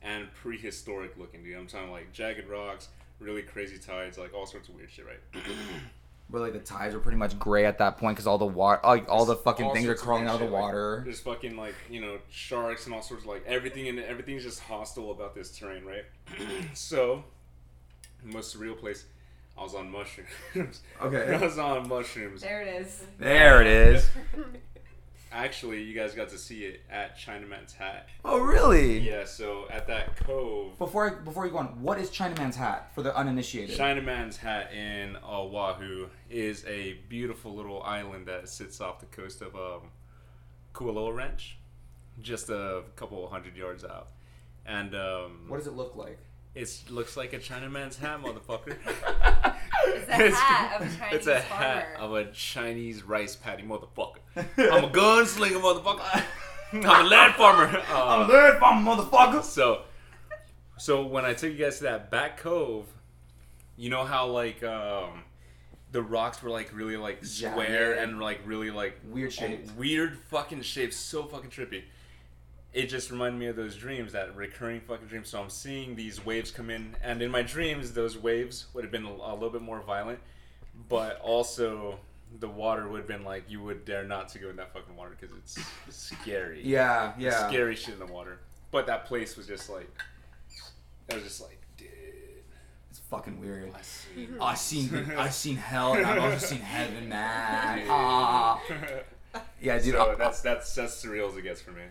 B: and prehistoric looking, dude. I'm talking like jagged rocks, really crazy tides, like all sorts of weird shit, right?
G: Where like the tides were pretty much gray at that point because all the water, like all the fucking
B: all
G: things are
B: sorts of
G: crawling out of the
B: weird shit, like,
G: water.
B: there's fucking like you know sharks and all sorts of like everything and everything's just hostile about this terrain, right? so, most surreal place. I was on mushrooms.
G: Okay.
B: I was on mushrooms.
D: There it is.
G: There it is.
B: Actually, you guys got to see it at Chinaman's Hat.
G: Oh, really?
B: Yeah. So at that cove,
G: Before I, before you go on, what is Chinaman's hat for the uninitiated?
B: Chinaman's Hat in uh, Oahu is a beautiful little island that sits off the coast of um, Kualoa Ranch, just a couple hundred yards out. And um,
G: What does it look like?
B: It looks like a Chinaman's hat, motherfucker.
D: It's a hat of a Chinese
B: It's a hat
D: farmer.
B: of a Chinese rice paddy, motherfucker. I'm a gunslinger, motherfucker. I'm a land farmer.
G: I'm a land farmer, motherfucker.
B: So, so when I took you guys to that back cove, you know how like um, the rocks were like really like square and like really like
G: weird
B: shapes, weird fucking shapes, so fucking trippy. it just reminded me of those dreams, that recurring fucking dream. So I'm seeing these waves come in, and in my dreams, those waves would have been a, a little bit more violent, but also the water would have been like you would dare not to go in that fucking water because it's scary.
G: Yeah,
B: The
G: yeah.
B: Scary shit in the water. But that place was just like, I was just like, dude,
G: it's fucking weird. I seen I seen hell and I've also seen heaven, man. Ah. Yeah, dude.
B: So that's that's that's surreal as it gets for me.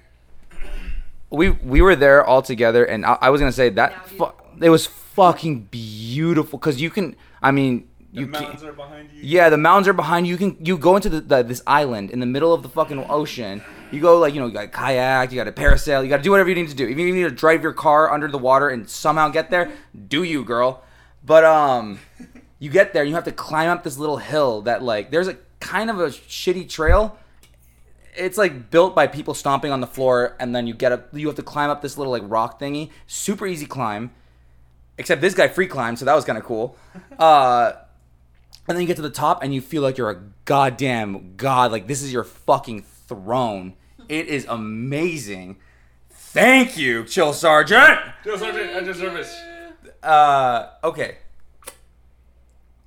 G: we we were there all together, and I, I was gonna say that fu- it was fucking beautiful because you can. I mean, you
B: mountains
G: can,
B: are behind you.
G: Yeah, the mountains are behind you. You can you go into the, the this island in the middle of the fucking ocean. You go like you know you got a kayak, you got a parasail, you got to do whatever you need to do. Even if you need to drive your car under the water and somehow get there, do you, girl? But um, you get there, and you have to climb up this little hill that like there's a kind of a shitty trail it's like built by people stomping on the floor and then you get up you have to climb up this little like rock thingy super easy climb except this guy free climbed so that was kind of cool uh and then you get to the top and you feel like you're a goddamn god like this is your fucking throne it is amazing thank you chill sergeant
B: Joe Sergeant, I deserve this.
G: uh okay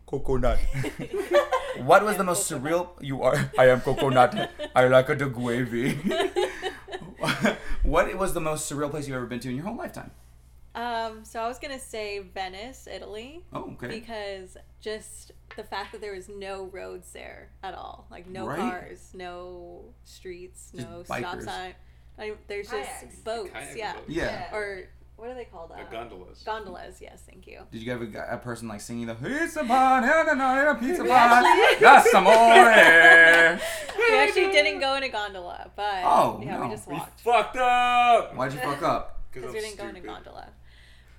G: coconut what was the most surreal you are i am coconut i like a gravy what was the most surreal place you've ever been to in your whole lifetime
I: Um, so I was gonna say Venice, Italy.
G: Oh, okay.
I: Because just the fact that there was no roads there at all, like no
G: Right.
I: cars, no streets,
G: Just
I: no stop
G: bikers.
I: sign. I mean, there's
D: Kayaks.
I: just boats,
D: Kayak
I: yeah.
D: boats.
G: Yeah.
I: Or what are they called? Uh,
B: gondolas.
I: Gondolas. Yes, thank you.
G: did you have a, guy- a person like singing the pizza pie na, na, na, na, pizza
I: We
G: pie
I: actually-
G: that's some more
I: We actually didn't go in a gondola, but
G: Oh,
I: yeah,
G: no.
I: we just
G: We
I: walked
B: Fucked up.
G: Why'd you fuck up?
I: because we didn't go in a gondola.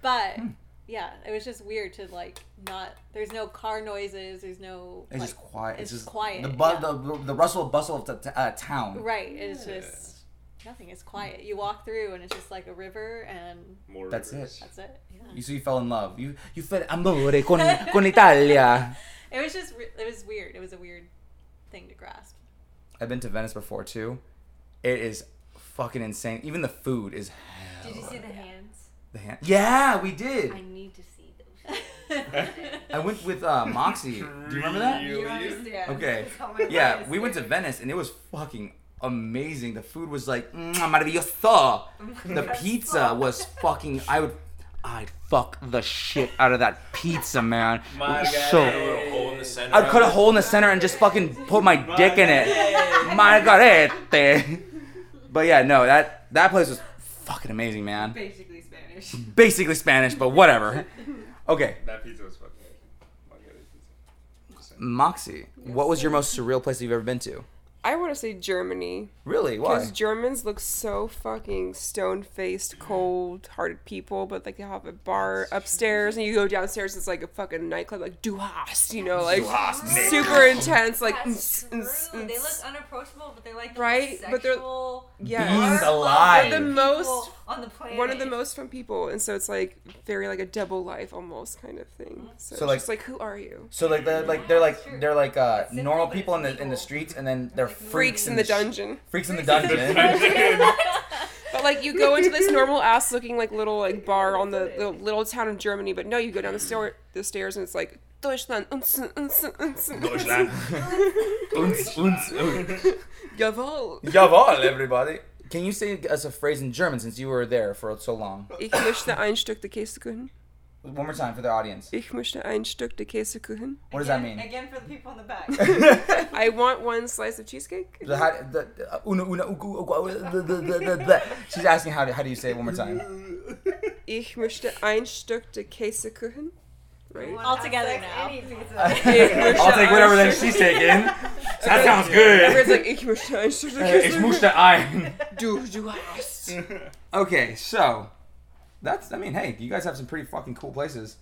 I: But
G: Hmm.
I: yeah, it was just weird to like not. There's no car noises. There's no.
G: it's
I: like,
G: just quiet
I: It's,
G: it's, just
I: quiet.
G: the,
I: yeah.
G: bu- the, the rustle and bustle of the t- uh, town
I: Right. It's just nothing. It's quiet. You walk through and it's just like a river and
B: More
G: That's rivers. it.
I: That's it. Yeah.
G: you so you fell in love you you fell amore con, con italia
I: It was just. re- It was weird. It was a weird thing to grasp.
G: I've been to Venice before too. It is fucking insane. Even the food is
D: Did you see the hands?
G: the hand. Yeah, we did.
D: I need to see those.
G: I went with uh, Moxie. Do you remember that?
D: You don't understand.
G: Okay.
D: It's on my
G: Yeah,
D: list.
G: we went to Venice and it was fucking amazing. The food was like mm, maravilloso. The pizza was fucking. I would. I'd fuck the shit out of that pizza, man. It was so.
J: hole in the center.
G: I'd cut a hole in the center and just fucking put my dick in it. Margarete. But yeah, no, that that place was fucking amazing, man.
D: Basically Spanish.
G: Basically Spanish, but whatever. Okay,
B: That pizza was fucking.
G: Moxie, what was your most surreal place you've ever been to?
L: I want to say Germany.
G: Really? Why?
L: Because Germans look so fucking stone faced, cold hearted people, but like they have a bar upstairs and you go downstairs, it's like a fucking nightclub, like Du hast, you know, like
D: Du hast mich.
L: super intense, like
D: That's
L: "Mm, mm,
D: They
L: mm, mm."
D: look unapproachable, but they're like the
L: Right?
D: most
L: But they're-
D: sexual,
L: yeah,
D: Beings
L: They're
D: alive.
L: the most
D: people on the planet.
L: one of the most fun people, and so it's like very like a double life almost kind of thing. So,
G: So,
L: it's
G: like-
L: just like who are you?
G: So like they're like they're like they're like uh, normal people in the in the streets, and then they're freaks
L: Freaks in the
G: sh-
L: dungeon.
G: Freaks in the dungeon.
L: But like you go into this normal ass looking like little like bar on the, the little town of Germany, but no, you go down the stair the stairs and it's like Deutschland. uns, uns, uns, uns."
G: Deutschland. Uns, uns, uns.
L: Jawohl.
G: Jawohl, everybody. Can you say us a phrase in German since you were there for so long?
L: Ich möchte ein Stück de Käsekuchen.
G: One more time for the audience.
L: Ich möchte ein Stück de Käsekuchen.
G: What does that mean?
D: Again for the people in the back.
L: I want one slice of cheesecake.
G: The, how, the, uh, una, una, ugu, ugu, uh, the, the, the, the, the. She's asking how, do- how do you say it one more time?
L: Ich möchte ein Stück de Käsekuchen. Right?
I: All together now.
G: I'll take whatever that she's taking. That sounds good.
L: Everyone's like, ich möchte ein Stück de
G: Uh, ich
L: Käsekuchen.
G: möchte ein.
L: Du, du hast.
G: Okay, so that's. I mean, hey, you guys have some pretty fucking cool places,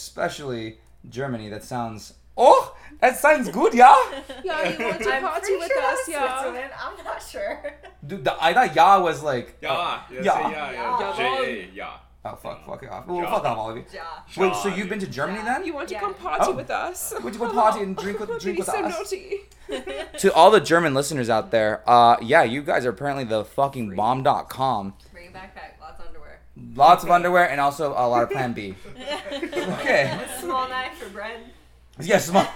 G: especially Germany. That sounds. Oh, that sounds good, yeah.
L: Yeah, you want to
D: I'm
L: party
D: pretty
L: with
D: sure
L: us,
D: that's
L: yeah?
D: Switzerland. I'm not sure.
G: Dude, the, I thought "ya" was like.
B: Yeah, yeah,
G: yeah.
B: say yeah, yeah.
D: Yeah.
B: J A, yeah.
G: Oh fuck! Fuck it off! Well, fuck off, all of you.
L: Ja.
G: Wait, so you've been to Germany then?
L: You want to come party
G: Oh.
L: with us?
G: Would you go party and drink with- drink with
L: so
G: us?
L: naughty.
G: to all the German listeners out there, uh, yeah, you guys are apparently the fucking bomb.com.
D: Bring a backpack, lots of underwear.
G: Lots of underwear and also a lot of Plan B. Okay.
D: Small knife for bread.
G: Yes, mom.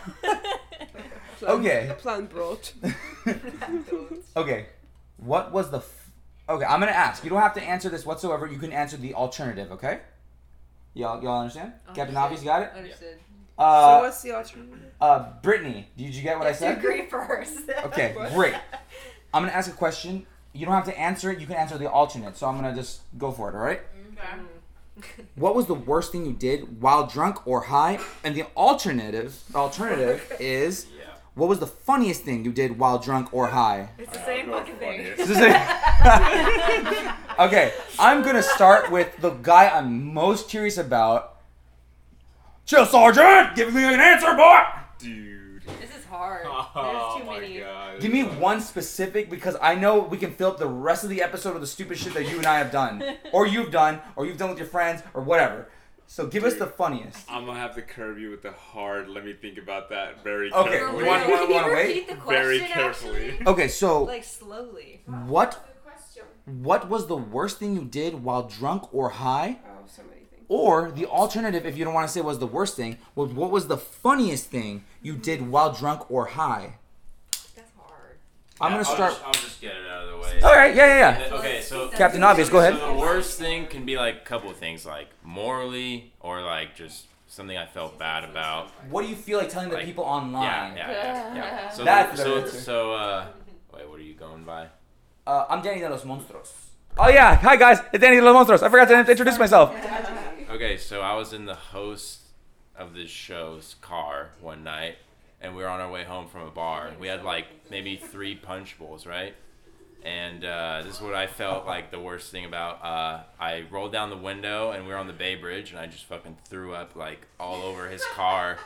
G: Okay.
L: Plan brought.
G: Okay. What was the? F- okay, I'm gonna ask. You don't have to answer this whatsoever. You can answer the alternative. Okay. Y'all, y'all understand? Captain Obvious, you got it.
D: Understood.
G: Uh,
L: Oh, so what's the alternative?
G: uh, Brittany, did you get what I said?
D: Agree first.
G: Okay, great. I'm gonna ask a question. You don't have to answer it. You can answer the alternate. So I'm gonna just go for it. All right. What was the worst thing you did while drunk or high? And the alternative, alternative is, what was the funniest thing you did while drunk or high?
D: It's the same fucking thing.
G: It's the same- Okay, I'm gonna start with the guy I'm most curious about. Chill, Sergeant! Give me an answer, boy!
D: This is hard. There's too many.
G: Give me one specific because I know we can fill up the rest of the episode with the stupid shit that you and I have done, or you've done, or you've done with your friends, or whatever. So give us the funniest.
B: I'm gonna have to curb you with the hard. Let me think about that very
G: Okay,
B: carefully.
G: you wanna- wanna- Can you wanna wait?
D: repeat the
B: Very
D: question,
B: carefully.
G: Okay, so
D: Like slowly.
G: what? What was the worst thing you did while drunk or high?
L: Oh, so many things.
G: Or the alternative, if you don't want to say was the worst thing, was what was the funniest thing you did while drunk or high? I'm gonna
J: Yeah, I'll
G: start.
J: Just, I'll just get it out of the way.
G: All right, yeah, yeah, yeah.
J: And then- Okay, so
G: Captain Obvious, go ahead.
J: So the worst thing can be like a couple of things, like morally or like just something I felt bad about.
G: What do you feel like telling the
J: Like-
G: people online?
J: Yeah, yeah, yeah. yeah. So,
G: That's the
J: so,
G: answer.
J: so, uh, wait, what are you going by?
G: Uh, I'm Danny de los Monstros. Oh yeah, hi guys, it's Danny de los Monstros. I forgot to introduce myself.
J: Okay, so I was in the host of this show's car one night, and we were on our way home from a bar. We had like maybe three punch bowls, right? And uh, this is what I felt like the worst thing about. Uh, I rolled down the window, and we were on the Bay Bridge, and I just fucking threw up like all over his car.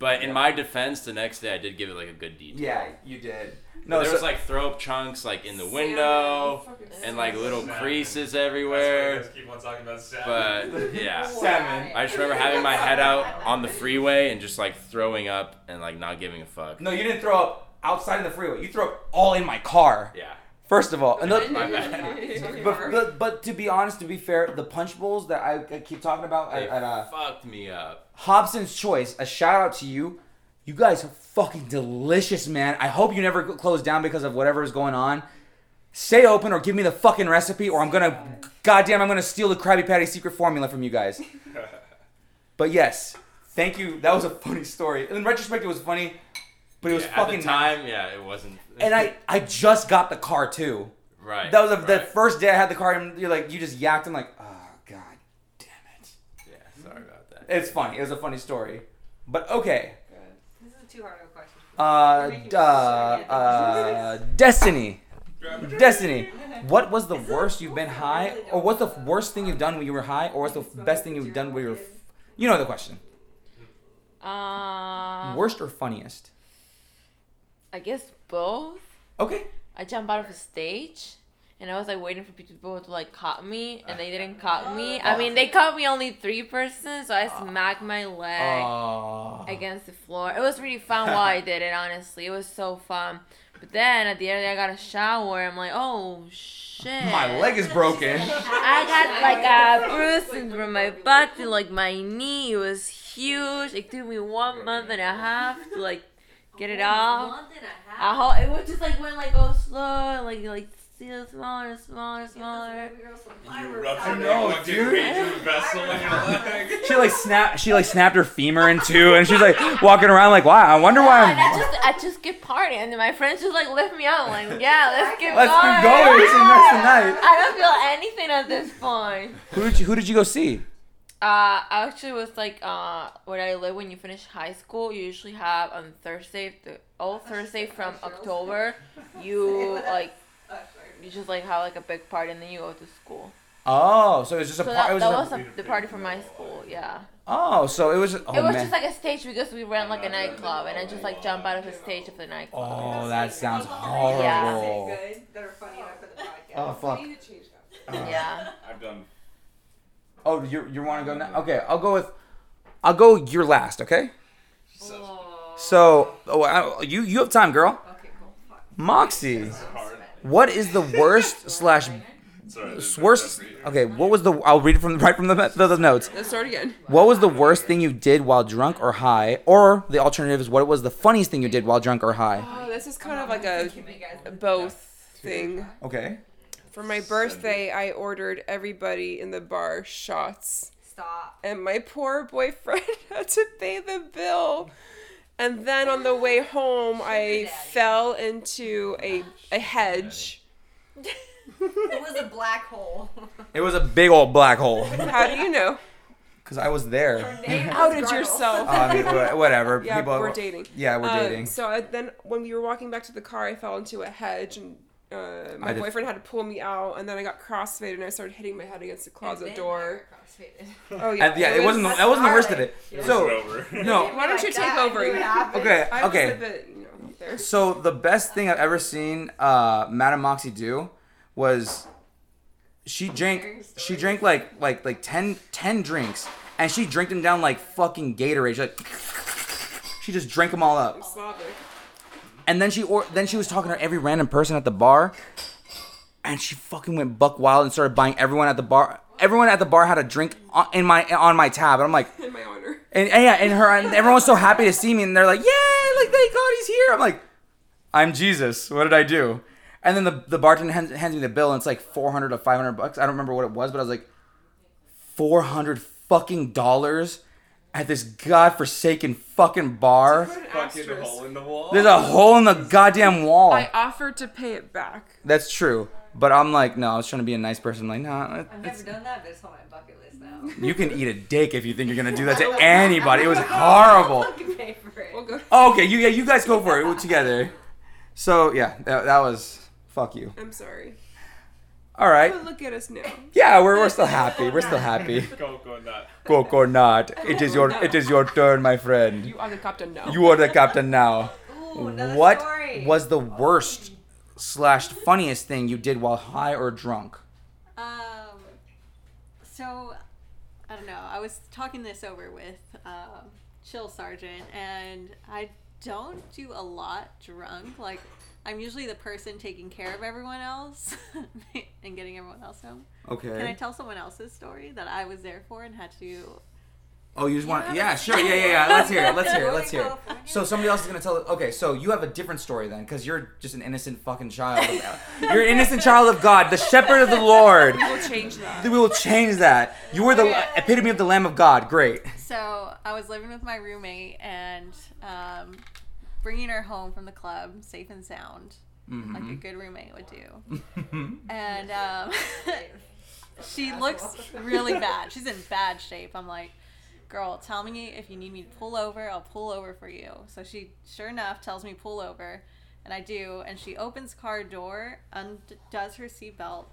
J: But in my defense, the next day I did give it like a good detail.
G: Yeah, you did. No,
J: No, there
G: so-
J: was like throw up chunks like in the window, and like little creases everywhere.
B: Let's keep on talking about salmon.
J: But yeah,
B: Salmon.
J: I just remember having my head out on the freeway and just like throwing up and like not giving a fuck.
G: No, you didn't throw up outside of the freeway. You threw up all in my car.
J: Yeah.
G: First of all, and the-
J: My bad.
G: but, but but to be honest, to be fair, the punch bowls that I, I keep talking about at,
J: They
G: at uh,
J: fucked me up.
G: Hobson's Choice, a shout out to you. You guys are fucking delicious, man. I hope you never close down because of whatever is going on. Stay open or give me the fucking recipe, or I'm gonna, goddamn, I'm gonna steal the Krabby Patty secret formula from you guys. But yes, thank you. That was a funny story. In retrospect, it was funny, but it was
J: Yeah,
G: fucking
J: at the time. Yeah, it wasn't.
G: and I I just got the car too.
J: Right,
G: That was the, the first day I had the car, and you're like, you just yacked. I'm like, oh god,
J: Yeah, sorry about that.
G: it's funny. It was a funny story, but okay.
D: This is too hard of a question.
G: Uh, d- uh, uh, Destiny, Destiny. What was the worst you've been high, or what's the worst thing you've done when you were high, or what's the best thing you've done when you were, f- you know the question.
C: Um,
G: Worst or funniest?
C: I guess both.
G: Okay.
C: I jumped out of a stage. And I was like waiting for people to like caught me, and they didn't caught me. I mean, they caught me only three persons, so I smacked my leg
G: Oh.
C: against the floor. It was really fun while I did it. Honestly, it was so fun. But then at the end of the day, I got a shower. I'm like, oh shit.
G: My leg is broken.
C: I got like a bruise from my butt to like my knee. It was huge. It took me one month and a half to like get it off. I ho- it was just like went like oh slow, and, like like still smaller, smaller, smaller.
B: You rubbed your
C: know,
B: neck like a
C: dude.
B: major vessel in your leg.
G: She like snap. She like snapped her femur in two, and she's like walking around like, wow. I wonder why
C: And I
G: I'm.
C: just I just get partying, and then my friends just like lift me up. I'm like yeah, let's get
G: Let's
C: going.
G: keep going. It's the next night.
C: I don't feel anything at this point.
G: Who did you, who did you go see?
C: Uh, I actually was like, uh, where I live when you finish high school, you usually have on Thursday, the all Thursday from October, you like,
D: Oh,
C: you just like have like a big party and then you go to school.
G: Oh, so it was just
C: So
G: a part.
C: that,
G: It was
C: that
G: just
C: was
G: a-
C: a, the party for my school, yeah.
G: oh, so it was. Oh
C: it was
G: man.
C: just like a stage because we ran like a nightclub and I just like jump out of the stage of the nightclub.
G: oh, that sounds
C: Yeah.
G: horrible.
D: Good. That are funny enough for the podcast.
G: Oh, fuck.
D: We need to change that.
C: Yeah.
B: I've done
G: Oh, you you want to go now? Okay, I'll go with. I'll go. You're last. Okay. So, oh, I, you you have time, girl. Moxie, what is the worst slash worst? Okay, what was the? I'll read it from right from the, the, the notes.
L: Let's start again.
G: What was the worst thing you did while drunk or high? Or the alternative is what was the funniest thing you did while drunk or high?
L: Oh, this is kind of like a both thing.
G: Okay.
L: For my birthday, I ordered everybody in the bar shots. Stop. And my poor boyfriend had to pay the bill. And then on the way home, I fell into a, a hedge.
J: it was a black hole.
G: It was a big old black hole
L: How do you know?
G: because I was there.
L: Outed yourself.
G: Oh, I mean, wha- whatever.
L: Yeah,
G: People-
L: we're dating.
G: Yeah, we're
L: Uh,
G: dating.
L: So I, then, when we were walking back to the car, I fell into a hedge, and uh, my
G: I did-
L: boyfriend had to pull me out. And then I got crossfaded, and I started hitting my head against the closet
J: then
L: door.
J: Oh,
L: yeah,
G: And yeah,
L: it
G: it,
L: was-
G: wasn't. The, that wasn't the worst of it.
L: Yeah.
G: So
L: It was over.
G: no,
L: Why don't you take
J: Like that,
L: over?
J: it would happen.
G: Okay,
L: I was
G: okay.
L: a bit, you know, there.
G: So the best thing I've ever seen uh, Madame Moxie do was she drank she drank like like like 10, 10 drinks and she drank them down like fucking Gatorade. She like she just drank them all up.
L: Slavic.
G: And then she or then she was talking to every random person at the bar, and she fucking went buck wild and started buying everyone at the bar. Everyone at the bar had a drink on, in my on my tab, and I'm like,
L: in my honor.
G: And, and yeah, and her and everyone's so happy to see me, and they're like, yeah, like thank God he's here. I'm like, I'm Jesus. What did I do? And then the the bartender hands, hands me the bill, and it's like 400 or 500 bucks. I don't remember what it was, but I was like, 400 fucking dollars at this godforsaken fucking bar.
B: Fucking hole in the wall.
G: There's a hole in the goddamn wall.
L: I offered to pay it back.
G: That's true. But I'm like, no, I was trying to be a nice person. like, nah,
J: I've never done that, but it's on my bucket list now.
G: you can eat a dick if you think you're gonna do that to anybody. It was horrible.
J: Fucking pay for it.
G: Oh, okay, you yeah, you guys go for it We're together. So yeah, that, that was fuck you.
L: I'm sorry.
G: All right.
L: But look at us now.
G: Yeah, we're, we're still happy. We're still happy.
B: Coconut.
G: Coconut, it is your it is your turn, my friend.
L: You are the captain now.
G: You are the captain now.
L: another
G: what
L: story.
G: was the worst slash funniest thing you did while high or drunk?
D: Um, so I don't know. I was talking this over with um, Chill Sergeant, and I don't do a lot drunk. Like I'm usually the person taking care of everyone else and getting everyone else home. Can I
G: Okay.
D: tell someone else's story that I was there for and had to?
G: Oh, you just want? Yeah, sure. Yeah, yeah, yeah. Let's hear it. Let's hear it. Let's hear it. So somebody else is gonna tell. Okay, so you have a different story then, because you're just an innocent fucking child. Of, you're an innocent child of God, the shepherd of the Lord.
L: We will change that.
G: We will change that. You were the epitome of the Lamb of God. Great.
D: So I was living with my roommate and um, bringing her home from the club, safe and sound, like a
O: Mhm.
D: good roommate would do. and um, she looks really bad. She's in bad shape. I'm like, girl, tell me if you need me to pull over. I'll pull over for you. So she, sure enough, tells me pull over, and I do. And she opens car door, undoes her seatbelt,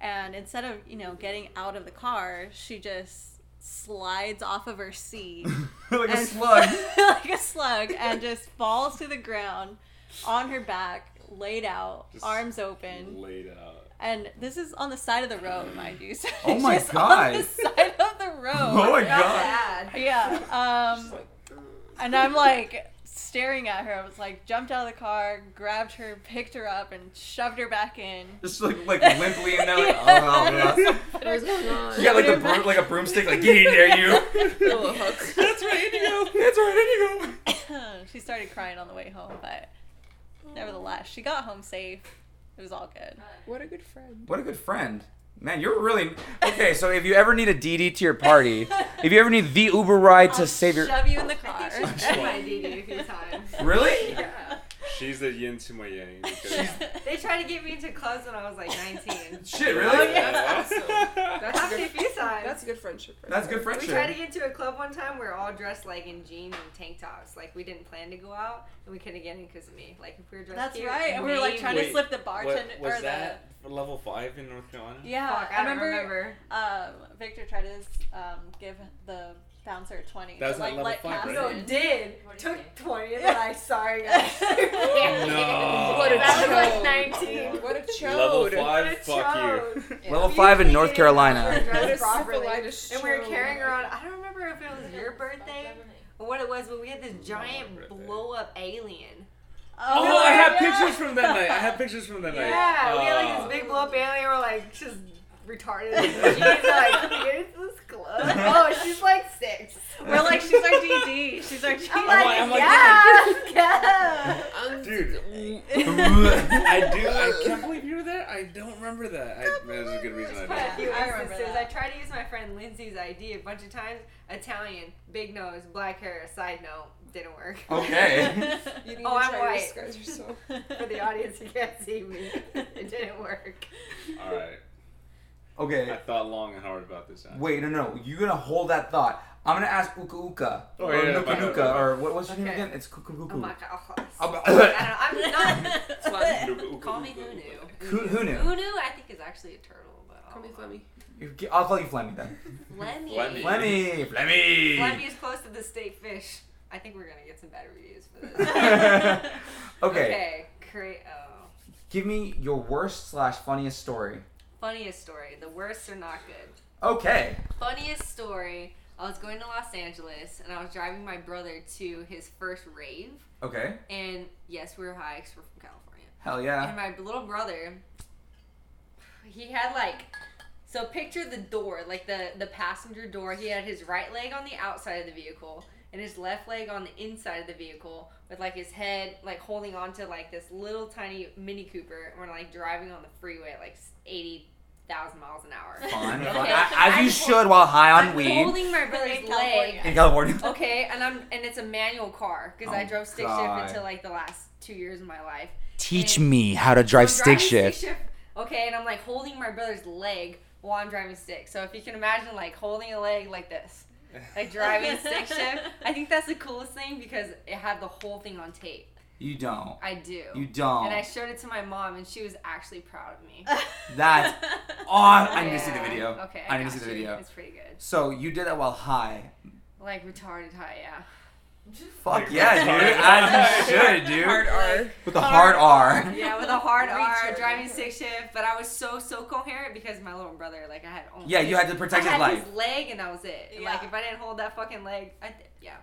D: and instead of you know getting out of the car, she just slides off of her seat
G: like
D: a slug, like a slug, and just falls to the ground on her back, laid out, arms open,
B: laid out.
D: And this is on the side of the road, mind you. So
B: Oh
D: it's
B: my
D: just
B: God.
D: On the side of the road.
B: Oh my That's God.
D: Yeah. Um, and I'm like staring at her. I was like, jumped out of the car, grabbed her, picked her up, and shoved her back in.
G: Just like like limply in there, like
D: Yeah.
G: oh,
D: Put her-
G: oh. You got like the broom, like a broomstick, like get in there, you.
D: That's right, Indigo. That's right, Indigo. she started crying on the way home, but nevertheless, she got home safe. It was all good.
L: What a good friend.
G: What a good friend. Man, you're really okay. So if you ever need a DD to your party, if you ever need the Uber ride
D: Oh,
G: to save your
D: Shove you in the car.
J: my DD a few times.
G: Really?
J: Yeah.
B: She's the yin to my yang. because-
J: They tried to get me into clubs when I was like 19.
B: Shit, really?
J: Oh, yeah.
L: That's awesome.
J: That's
L: That's a
J: happened a
L: good,
J: few times.
L: that's a good friendship. right
G: That's good
L: there.
J: We tried to get into a club one time. We were all dressed like in jeans and tank tops. Like we didn't plan to go out, and we couldn't get in because of me. Like if we were dressed.
D: That's
J: cute,
D: right, and we were, like, trying to
J: maybe-
D: slip the bartender-
B: What, was
D: or the-
B: that level five in North Carolina?
D: Yeah,
J: Fuck, I
D: I,
J: don't
D: remember.
J: remember.
D: Um, Victor tried to um, give the
I: bouncer twenty.
B: That was
I: to, like
B: at level
I: let
B: five,
I: Cass
B: right?
I: in.
B: No,
D: did. Took 20 and then I, sorry guys.
B: No. What a
D: that
B: chode.
D: was like 19.
L: What a
B: Level five, fuck you.
G: Level five in North Carolina.
D: dressed
L: What a
D: properly.
L: syphilitis
D: And we were
L: show.
D: carrying around, I don't remember if it was your birthday or what it was, but we had this giant blow up alien.
B: Oh,
D: yeah.
B: I have pictures from that night. I have pictures from that night.
D: Yeah, we had
B: Uh,
D: like this big blow up alien. We're like just retarded. She's like, here's this clothes. Oh, she's like six. We're like, she's our DD. She's our DD. I'm like,
B: like- I'm like,
D: yeah, go.
B: Dude, I do. I can't believe you were there. I don't remember that. I, there's a good reason I
D: Quite a
B: don't.
D: few
I: I remember
D: instances.
I: that.
D: I tried to use my friend Lindsay's ID a bunch of times. Italian, big nose, black hair. Side note, didn't work.
A: Okay.
L: You need
D: oh,
L: to
D: I'm
L: try your
D: white.
L: disguise yourself.
D: For the audience who can't see me, it didn't work.
B: All right.
G: Okay.
B: I thought long and hard about this. Adam.
G: Wait, no, no. You're gonna hold that thought. I'm gonna ask Uka Uka.
B: Oh,
G: or
B: yeah, yeah,
G: Nuka
B: bye, bye,
G: Nuka,
B: bye, bye.
G: or what, what's her name again? It's Kuku
D: Oh
G: Kuku.
D: my god.
G: Ab-
D: I don't know. I'm not.
B: Uka,
D: That's
B: uka,
D: what, call me
B: uka,
D: Hunu.
G: Who- Hunu.
D: Hunu, I think, is actually a turtle. But call me Flemmy.
G: You ca- I'll call you Flemmy then.
D: Lemmy.
B: Lemmy.
G: Flemmy. Flemmy.
D: Lemmy is close to the state fish. I think we're gonna get some bad reviews for this.
G: Okay.
D: Okay. Great. Oh.
G: Give me your worst slash funniest story.
D: Funniest story. The worst are not good.
G: Okay.
D: Funniest story. I was going to Los Angeles and I was driving my brother to his first rave.
G: Okay.
D: And yes, we were high 'cause we're from California.
G: Hell yeah.
D: And my little brother, he had like, so picture the door, like the the passenger door. He had his right leg on the outside of the vehicle and his left leg on the inside of the vehicle, with like his head like holding onto like this little tiny Mini Cooper. And we're like driving on the freeway at like eighty thousand miles an hour.
G: Fun.
D: Okay?
G: fun. As you
D: I'm
G: should while high on
D: I'm
G: weed.
D: Holding my brother's leg.
G: In California.
D: Okay, and I'm and it's a manual car because I
G: Oh,
D: drove stick
G: God.
D: shift until like the last two years of my life.
G: Teach me how to drive
D: I'm
G: stick
D: driving
G: shift.
D: Okay, and I'm like holding my brother's leg while I'm driving stick. So if you can imagine like holding a leg like this, like driving stick shift, I think that's the coolest thing because it had the whole thing on tape.
G: You don't.
D: I do.
G: You don't.
D: Oh. And I showed it to my mom, and she was actually proud of me.
G: That's awesome. I need to see the
D: Yeah.
G: video.
D: Okay,
G: I,
D: I
G: need to
D: got
G: see the
D: you.
G: video.
D: It's pretty good.
G: So you did it while high.
D: like retarded high, yeah.
G: Fuck yeah, dude. As you should, dude.
L: Hard R.
G: With a hard R.
D: Yeah, with a hard R, driving stick shift. But I was so so coherent because my little brother, like I had. Only
G: Yeah, you had to protect his
D: I had
G: life.
D: His leg, and that was it. And, Like if I didn't hold that fucking leg, I th- yeah.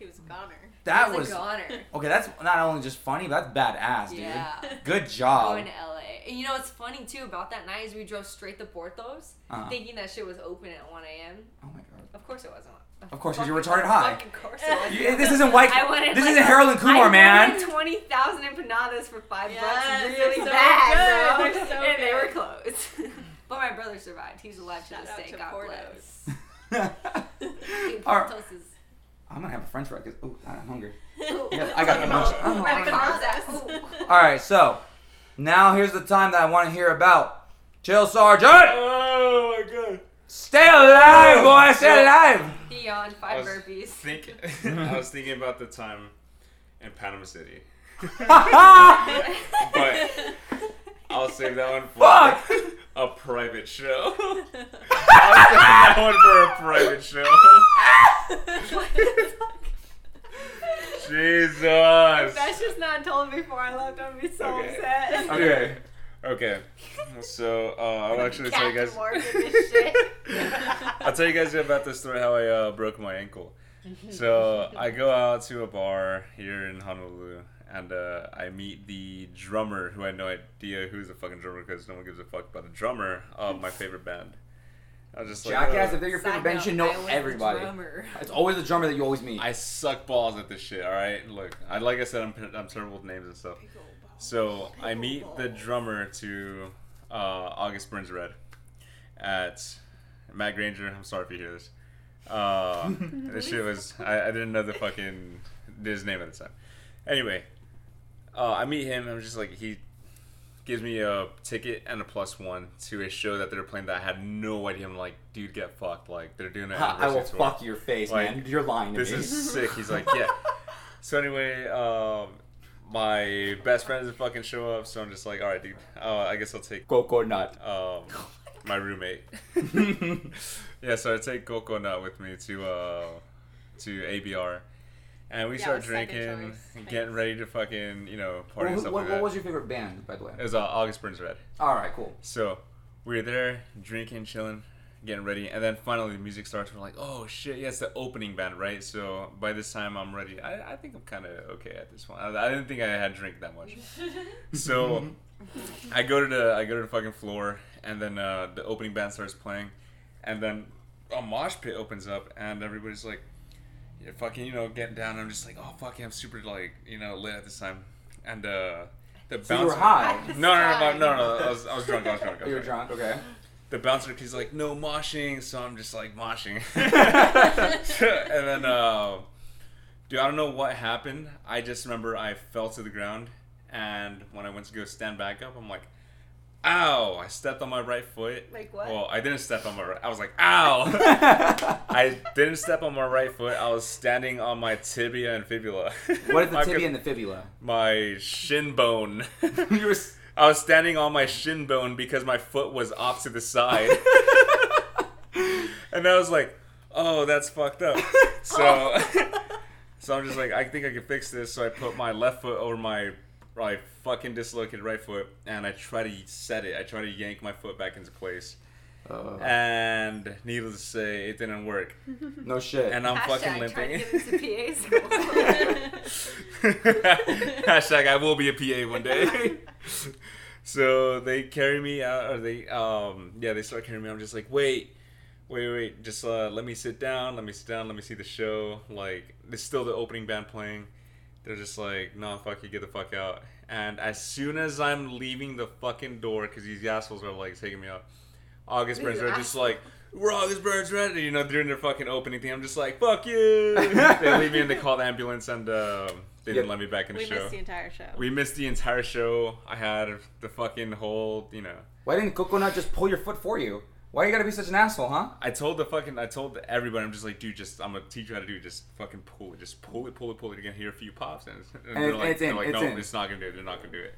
D: He was a goner.
G: That
D: he was,
G: was
D: a goner.
G: okay. That's not only just funny, but that's badass, dude.
D: Yeah.
G: Good job.
D: Going to LA, and you know what's funny too about that night is we drove straight to Portos,
G: Uh-huh.
D: thinking that shit was open at 1 a.m.
G: Oh my god.
D: Of course it wasn't.
G: Of course, 'cause you're
D: Fucking-
G: retarded high.
D: Of course it wasn't.
G: You- this isn't white-
D: I wanted,
G: this
D: like,
G: isn't Harold and Kumar,
D: I
G: man.
D: wanted Twenty thousand empanadas for five
I: Yes,
D: bucks, really
I: they're so good.
D: bad, bro.
I: They're so
D: and they
I: good.
D: were closed. but my brother survived. He's alive to this day. God bless. Dude,
G: All right.
D: Portos is
G: I'm gonna have a French fry because ooh, I'm hungry.
D: Ooh.
G: Yeah, I got Oh. the munch. I'm
D: Where the
G: hungry.
D: car's at. Ooh.
G: All right, so now here's the time that I want to hear about. Chill, Sergeant.
B: Oh my god.
G: Stay alive, boy. Stay
B: shit.
G: alive.
D: He yawned
B: I
D: five
B: was
D: burpees.
B: Think. I was thinking about the time in Panama City. but I'll save that one for like, a private show. I'll save that one for a private show. Jesus.
D: If that's just not told before I left, I'd be so upset.
B: Okay. Okay. So uh, I'll actually tell you guys.
D: Morgan, this shit.
B: I'll tell you guys about the story how I uh, broke my ankle. So I go out to a bar here in Honolulu, and uh, I meet the drummer, who I had no idea who's the fucking drummer because no one gives a fuck about the drummer of my favorite band. I was just like,
G: Jackass,
B: oh.
G: if they're your favorite band, you should know everybody. It's always the drummer that you always meet.
B: I suck balls at this shit. All right, look, I like I said, I'm I'm terrible with names and stuff. So I meet the drummer to uh, August Burns Red at Matt Granger. I'm sorry if you hear this. Uh, this shit was I, I didn't know the fucking his name at the time. Anyway, uh, I meet him. I'm just like he gives me a ticket and a plus one to a show that they're playing that I had no idea. I'm like, dude, get fucked. Like they're doing an
G: Ha, I will
B: anniversary tour.
G: fuck your face,
B: Like,
G: man. You're lying to
B: this
G: me.
B: is sick. He's like, yeah. So anyway, um, my best friend doesn't fucking show up, so I'm just like, all right, dude. Uh, I guess I'll take
G: coconut.
B: Um,
G: Oh
B: my roommate. yeah, so I take coconut with me to uh, to ABR, and we
G: Yeah,
B: started
G: second
B: drinking,
G: choice.
B: and getting ready to fucking you know party
G: Well,
B: and
G: who-
B: stuff
G: what,
B: like
G: what
B: that.
G: was your favorite band, by the way?
B: It was uh, August Burns Red.
G: All right, cool.
B: So we were there drinking, chilling, getting ready, and then finally the music starts. We're like, oh shit, yeah, it's the opening band, right? So by this time I'm ready. I, I think I'm kind of okay at this one. I, I didn't think I had drank that much. So I go to the I go to the fucking floor, and then uh, the opening band starts playing, and then a mosh pit opens up, and everybody's like, "You're fucking," you know, getting down. And I'm just like, "Oh fuck, yeah, I'm super like, you know, lit at this time," and uh, the
G: So you were
B: bouncer.
G: high.
B: No, no, no, no, no, no. I was, I was drunk. I was drunk. I was
G: You were drunk, okay.
B: The bouncer, he's like, "No moshing," so I'm just like moshing, and then. Uh, Dude, I don't know what happened. I just remember I fell to the ground, and when I went to go stand back up, I'm like, "Ow!" I stepped on my right foot.
D: Like what?
B: Well, I didn't step on my. right I was like, "Ow!" I didn't step on my right foot. I was standing on my tibia and fibula.
G: What is the
B: My-
G: tibia and the fibula?
B: My shin bone. you were. I was standing on my shin bone because my foot was off to the side. and I was like, "Oh, that's fucked up." So, so I'm just like, "I think I can fix this." So I put my left foot over my my fucking dislocated right foot, and I try to set it. I try to yank my foot back into place. Uh, And needless to say, it didn't work.
G: No shit.
B: And I'm fucking
D: Hashtag trying
B: limping.
D: to get into PA school.
B: Hashtag I will be a PA one day. so they carry me out, or they, um, yeah, they start carrying me. out. I'm just like, wait, wait, wait, just uh, let me sit down, let me sit down, let me see the show. Like, there's still the opening band playing. They're just like, no, fuck you, get the fuck out. And as soon as I'm leaving the fucking door, because these assholes are like taking me out, August
P: These
B: Burns are just
P: assholes.
B: like, we're August Burns Red, you know, during their fucking opening thing. I'm just like, fuck you. they leave me and they call the ambulance and um, they didn't let me back in the
I: We
B: show.
I: missed the entire show.
B: We missed the entire show. I had the fucking whole, you know.
G: Why didn't Coconut just pull your foot for you? Why you gotta be such an asshole, huh?
B: I told the fucking, I told everybody, I'm just like, dude, just, I'm gonna teach you how to do it. Just fucking pull it. Just pull it, pull it, pull it. You're gonna hear a few pops. And, it's-
G: And
B: they're
G: it's-
B: like,
G: it's in,
B: they're like
G: it's
B: no,
G: in."
B: it's not gonna do it. They're not gonna do it.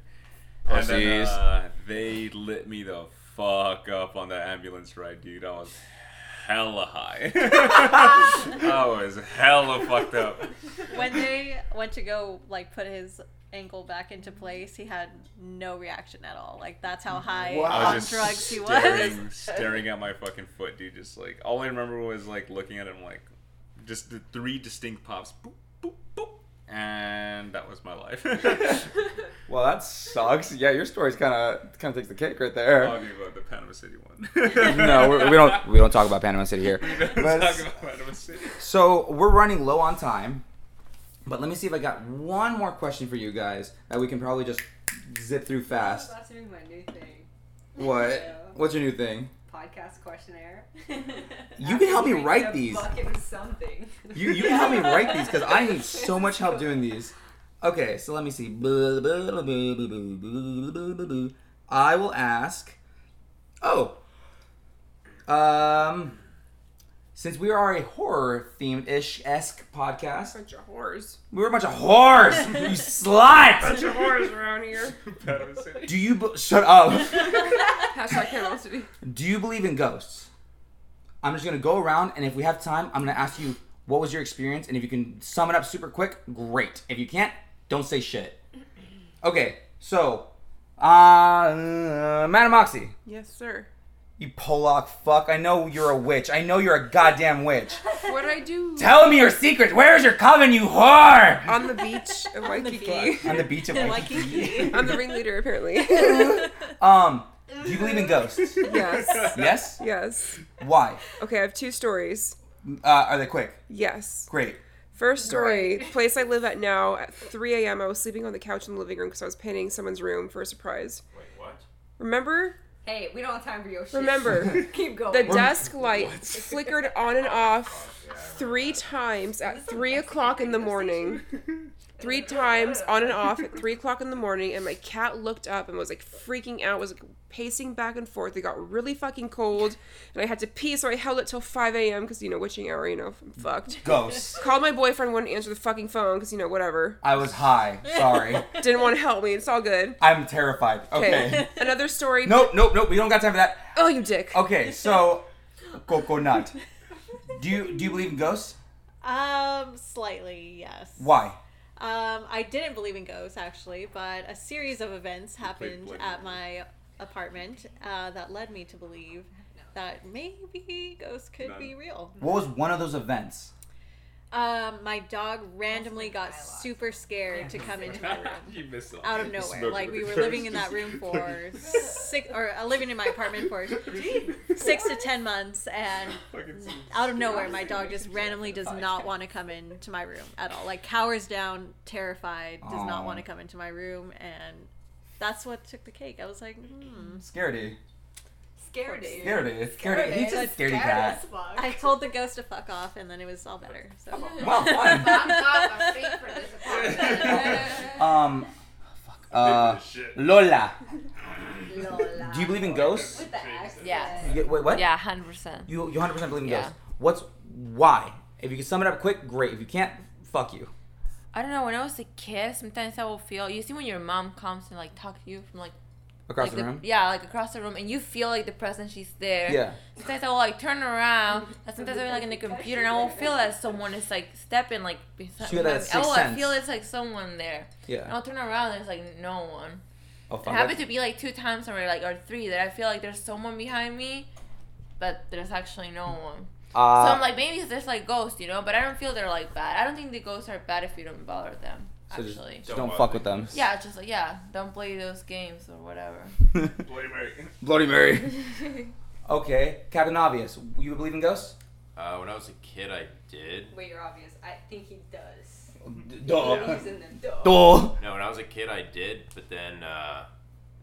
B: And then,
P: Pussies.
B: uh, they lit me the fuck up on that ambulance ride, dude. I was hella high. I was hella fucked up.
I: when they went to go like put his ankle back into place, he had no reaction at all. Like that's how high
B: I
I: on
B: was just
I: drugs he was.
B: staring, staring at my fucking foot, dude. Just like all I remember was like looking at him, like just the three distinct pops, boop, boop, boop, and that was my life.
G: Well, that sucks. Yeah, your story's kind of kind of takes the cake right there.
B: I'll give up the Panama City one.
G: no, we're, we don't we don't talk about Panama City here. But-
B: talk about Panama City.
G: so we're running low on time, but let me see if I got one more question for you guys that we can probably just zip through fast.
D: That's doing my new thing.
G: What? What's your new thing?
D: Podcast questionnaire.
G: You can help me
D: Bring
G: write
D: a
G: these.
D: Bucket with something.
G: You you can help me write these because I need so much help doing these. Okay, so let me see. I will ask. Oh. Um. Since we are a horror themed ish esque podcast,
L: Bunch of whores.
G: we were a bunch of whores. you
L: Bunch
G: slut.
L: of whores around here.
G: Do you be- shut up?
L: Hashtag Panama City.
G: Do you believe in ghosts? I'm just gonna go around, and if we have time, I'm gonna ask you what was your experience, and if you can sum it up super quick, great. If you can't, don't say shit. Okay, so, uh, Madam Moxie,
L: Yes, sir.
G: you Pollock fuck. I know you're a witch. I know you're a goddamn witch.
L: What I do?
G: Tell me your secret. Where is your coven, you whore?
L: On the beach of Waikiki.
G: On the beach of Waikiki.
L: I'm the ringleader, apparently.
G: Um, do you believe in ghosts?
L: Yes.
G: Yes.
L: Yes.
G: Why?
L: Okay, I have two stories.
G: Uh, are they quick?
L: Yes.
G: Great.
L: First story, the place I live at now, at 3 a.m., I was sleeping on the couch in the living room because I was painting someone's room for a surprise. Wait,
J: what?
L: Remember?
D: Hey, we don't have time for your shit.
L: Remember,
D: Keep going.
L: The desk light flickered on and off three times at three o'clock in the morning. Three times on and off at three o'clock in the morning, and my cat looked up and was like freaking out, was like pacing back and forth. It got really fucking cold, and I had to pee, so I held it till 5 a.m. because, you know, witching hour, you know, I'm fucked.
G: Ghosts.
L: Called my boyfriend, wouldn't answer the fucking phone because, you know, whatever.
G: I was high. Sorry.
L: Didn't want to help me, it's all good.
G: I'm terrified. Okay.
L: Another story.
G: Nope, nope, nope. We don't got time for that.
L: Oh, you dick.
G: Okay, so coconut. Do you do you believe in ghosts?
I: Um, slightly, yes.
G: Why?
I: Um, I didn't believe in ghosts actually, but a series of events happened
G: Blade
I: at my apartment uh, that led me to believe that maybe ghosts could be real.
G: What was one of those events?
I: Um, my dog randomly got super scared to come into my room.
B: you missed it.
I: Out of
B: You
I: nowhere,
B: smoked
I: like
B: with
I: we
B: the
I: were
B: curse.
I: living in that room for six, or uh, living in my apartment for six to ten months, and out of nowhere, my dog just randomly does not want to come into my room at all. Like cowers down, terrified, does not
G: Aw.
I: want to come into my room, and that's what took the cake. I was like, hmm.
G: Scaredy.
I: Scaredy.
G: Scaredy. Scaredy. He's a scaredy cat.
I: I told the ghost to fuck off, and then it was all better. So.
G: Well, fine. Um, fuck. Uh, Lola.
C: Lola.
G: Do you believe in ghosts?
C: Yeah.
G: You- wait, what?
C: Yeah, hundred percent.
G: You, you 100% believe in
C: Yeah.
G: ghosts. What's why? If you can sum it up quick, great. If you can't, fuck you.
C: I don't know. When I was a kid, sometimes I will feel. You see when your mom comes and like talk to you from like
G: Across
C: like
G: the room?
C: Yeah, like across the room, and you feel like the presence. She's there.
G: Yeah.
C: Sometimes I will like turn around. and sometimes I'm like in the computer, and I will feel that someone is like stepping like beside.
G: She got
C: behind me.
G: that sixth
C: oh, I
G: sense.
C: feel it's like someone there.
G: Yeah.
C: And I'll turn around, and it's like no one.
G: Oh,
C: It happened to be like two times already, like or three, that I feel like there's someone behind me, but there's actually no one.
G: Uh,
C: so I'm like, maybe there's like ghosts, you know, but I don't feel they're like bad. I don't think the ghosts are bad if you don't bother them.
G: So just-
C: actually,
G: just Don't don't bother fuck with them. them.
C: Yeah, just like yeah, don't play those games or whatever.
B: Bloody Mary.
G: Bloody Mary. okay, Captain Obvious. You believe in ghosts?
J: Uh, when I was a kid, I did.
D: Wait, you're obvious. I think he does.
G: duh.
D: He believes in them. Duh.
G: Oh. Duh.
J: No, when I was a kid, I did, but then, uh,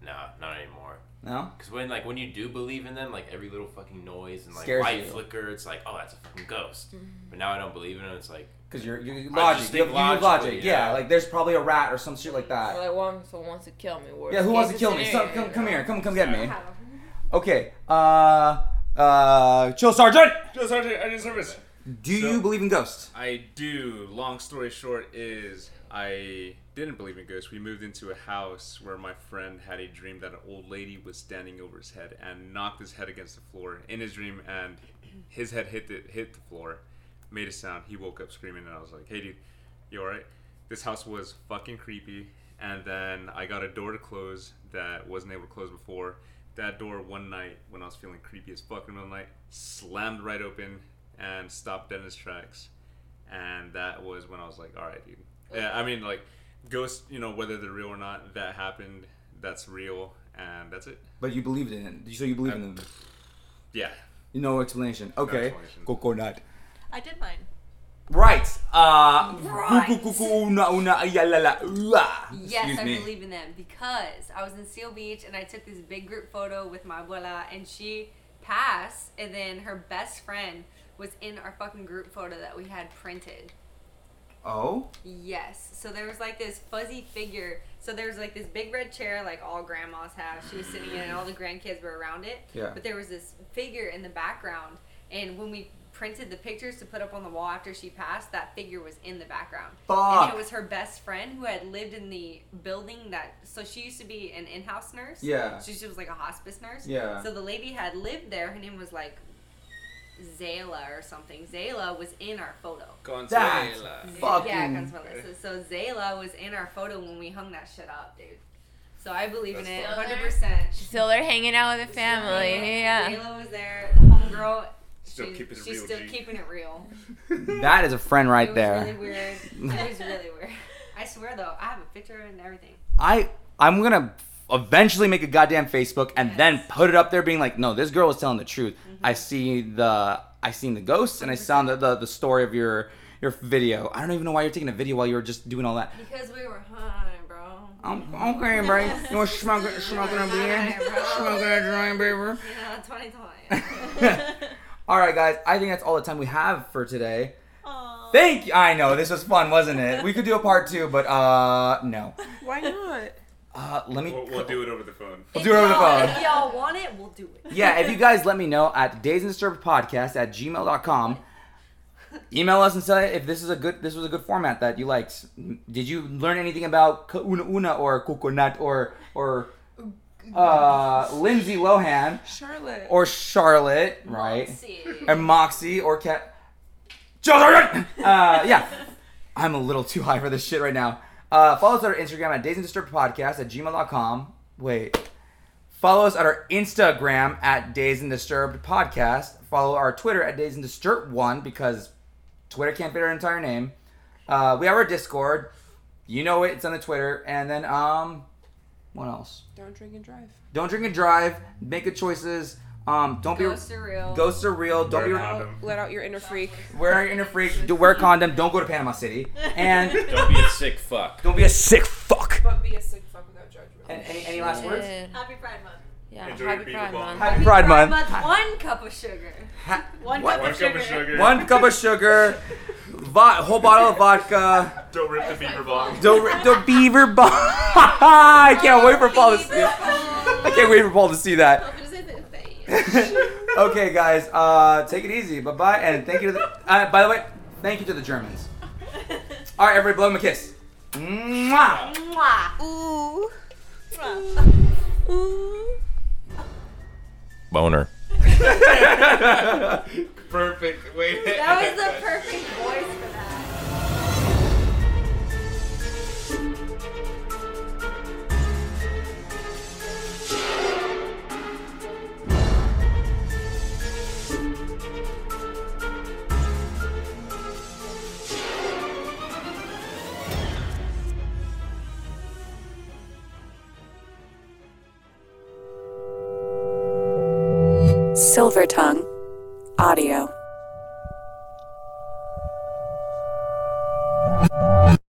J: nah, not anymore.
G: No?
J: Because when, like, when you do believe in them, like, every little fucking noise and, like,
G: Scares
J: light
G: you.
J: flicker, it's like, oh, that's a fucking ghost. But now I don't believe in it, it's like...
G: Because you're, you're
J: I
G: logic.
J: just
G: You
J: think
G: have, you have
J: logically,
G: logic. Yeah. like there's probably a rat or some shit
C: Or
G: like that.
C: like one someone wants to kill me. worst
G: Yeah, who wants to
C: case
G: kill me? Some,
C: scenario,
G: come,
C: you
G: come
C: know?
G: here. Come, come get me. Okay. Uh, uh, Chill Sergeant.
B: Just Sergeant, I need service.
G: Do you believe in ghosts?
B: I do. Long story short is I didn't believe in ghosts. We moved into a house where my friend had a dream that an old lady was standing over his head and knocked his head against the floor in his dream, and his head hit the hit the floor, made a sound. He woke up screaming, and I was like, "Hey, dude, you all right?" This house was fucking creepy. And then I got a door to close that wasn't able to close before. That door one night when I was feeling creepy as fuck in the middle of the night slammed right open and stopped dead in its tracks and that was when I was like, all right, dude. Yeah, I mean, like, ghosts, you know, whether they're real or not, that happened. That's real, and that's it.
G: But you believed in it. So you believe in them.
B: Yeah.
G: No explanation. Okay.
B: explanation.
G: Coconut.
I: I did mine.
G: Right. Uh,
D: Right.
G: gu- gu- gu- gu- una- una- ya- la- la- ua.
D: Yes,
G: Excuse
D: I
G: me.
D: believe in them because I was in Seal Beach and I took this big group photo with my abuela and she passed and then her best friend was in our fucking group photo that we had printed.
G: Oh.
D: Yes. So there was like this fuzzy figure. So there was like this big red chair like all grandmas have. She was sitting in it and all the grandkids were around it.
Q: Yeah.
D: But there was this figure in the background and when we printed the pictures to put up on the wall after she passed, that figure was in the background. And
G: Fuck.
D: it was her best friend who had lived in the building that so she used to be an in house nurse.
G: Yeah.
D: She, she was like a hospice nurse.
G: Yeah.
D: So the lady had lived there, her name was like Zayla or something. Zayla was in our photo.
B: That's Consuela.
D: Yeah,
B: fucking-
D: Consuela. So- So Zayla was in our photo when we hung that shit up, dude. So I believe in it,
C: Still there?
D: 100%.
C: She's still there hanging out with the family. Yeah.
D: Zayla was there. The homegirl.
G: Still
D: she-
G: keeping it
D: she's
G: real,
D: still
G: G.
D: keeping it real.
G: That is a friend right
D: it
G: there.
D: Was really weird. It was really weird. I swear though, I have a picture and everything.
G: I I'm gonna eventually make a goddamn Facebook and then put it up there, being like, no, this girl was telling the truth.
D: Mm-hmm.
G: I see the I seen the ghosts and I saw the, the the story of your your video. I don't even know why you're taking a video while you were just doing all that.
D: Because we were high, bro.
G: Um, okay, bro. You want to smoke it- smoke it up here? Smoke it, joint, baby.
D: You know, 2020.
G: All right, guys. I think that's all the time we have for today. Thank you. I know this was fun, wasn't it? We could do a part two, but uh, no.
L: Why not?
G: Uh, let me.
B: We'll, we'll do it over the phone.
G: We'll do it over the phone.
D: If y'all want it, we'll do it.
G: yeah, if you guys let me know at days and disturbed podcast at gmail.com. Email us and say if this is a good this was a good format that you liked. Did you learn anything about Ka- Una Una or Coconut or or uh, Lindsay Lohan
L: Charlotte.
G: or Charlotte, right?
L: Moxie.
G: And Moxie or Cat. Children! Uh, yeah. I'm a little too high for this shit right now. Uh, follow us on our Instagram at Days and Disturbed Podcast at gmail.com. Wait. Follow us on our Instagram at Days and Disturbed Podcast. Follow our Twitter at Days and Disturbed One because Twitter can't fit our entire name. Uh, we have our Discord. You know it. It's on the Twitter. And then, um, what else?
L: Don't drink and drive.
G: Don't drink and drive. Make good choices. Um, don't
D: Go
G: be
D: surreal.
G: Go surreal. Don't
L: Let
G: be
L: out- Let out your inner freak.
G: wear your inner freak. Do wear a condom. Don't go to Panama City. And
J: Don't be a sick fuck.
G: Don't be a sick fuck.
L: But be a sick fuck without judgment.
G: any, any last words?
I: Happy Pride Month.
C: Yeah,
G: Enjoy your
C: happy
G: beaver
C: Pride
G: bomb.
C: Month.
G: Happy Pride Month.
I: One cup of sugar. one,
G: What?
I: cup, of sugar.
G: One cup of sugar. Vo- whole bottle of vodka.
B: Don't rip the beaver bomb.
G: The, the beaver bomb. I can't wait for Paul to see. I can't wait for Paul to see that. okay, guys. Uh, take it easy. Bye bye, and thank you to the. Uh, by the way, thank you to the Germans. All right, everybody, blow them a kiss. Mwah.
I: Mwah. Ooh.
J: Boner.
B: Perfect. Wait.
I: That was the perfect voice for that.
Q: Silver Tongue Audio.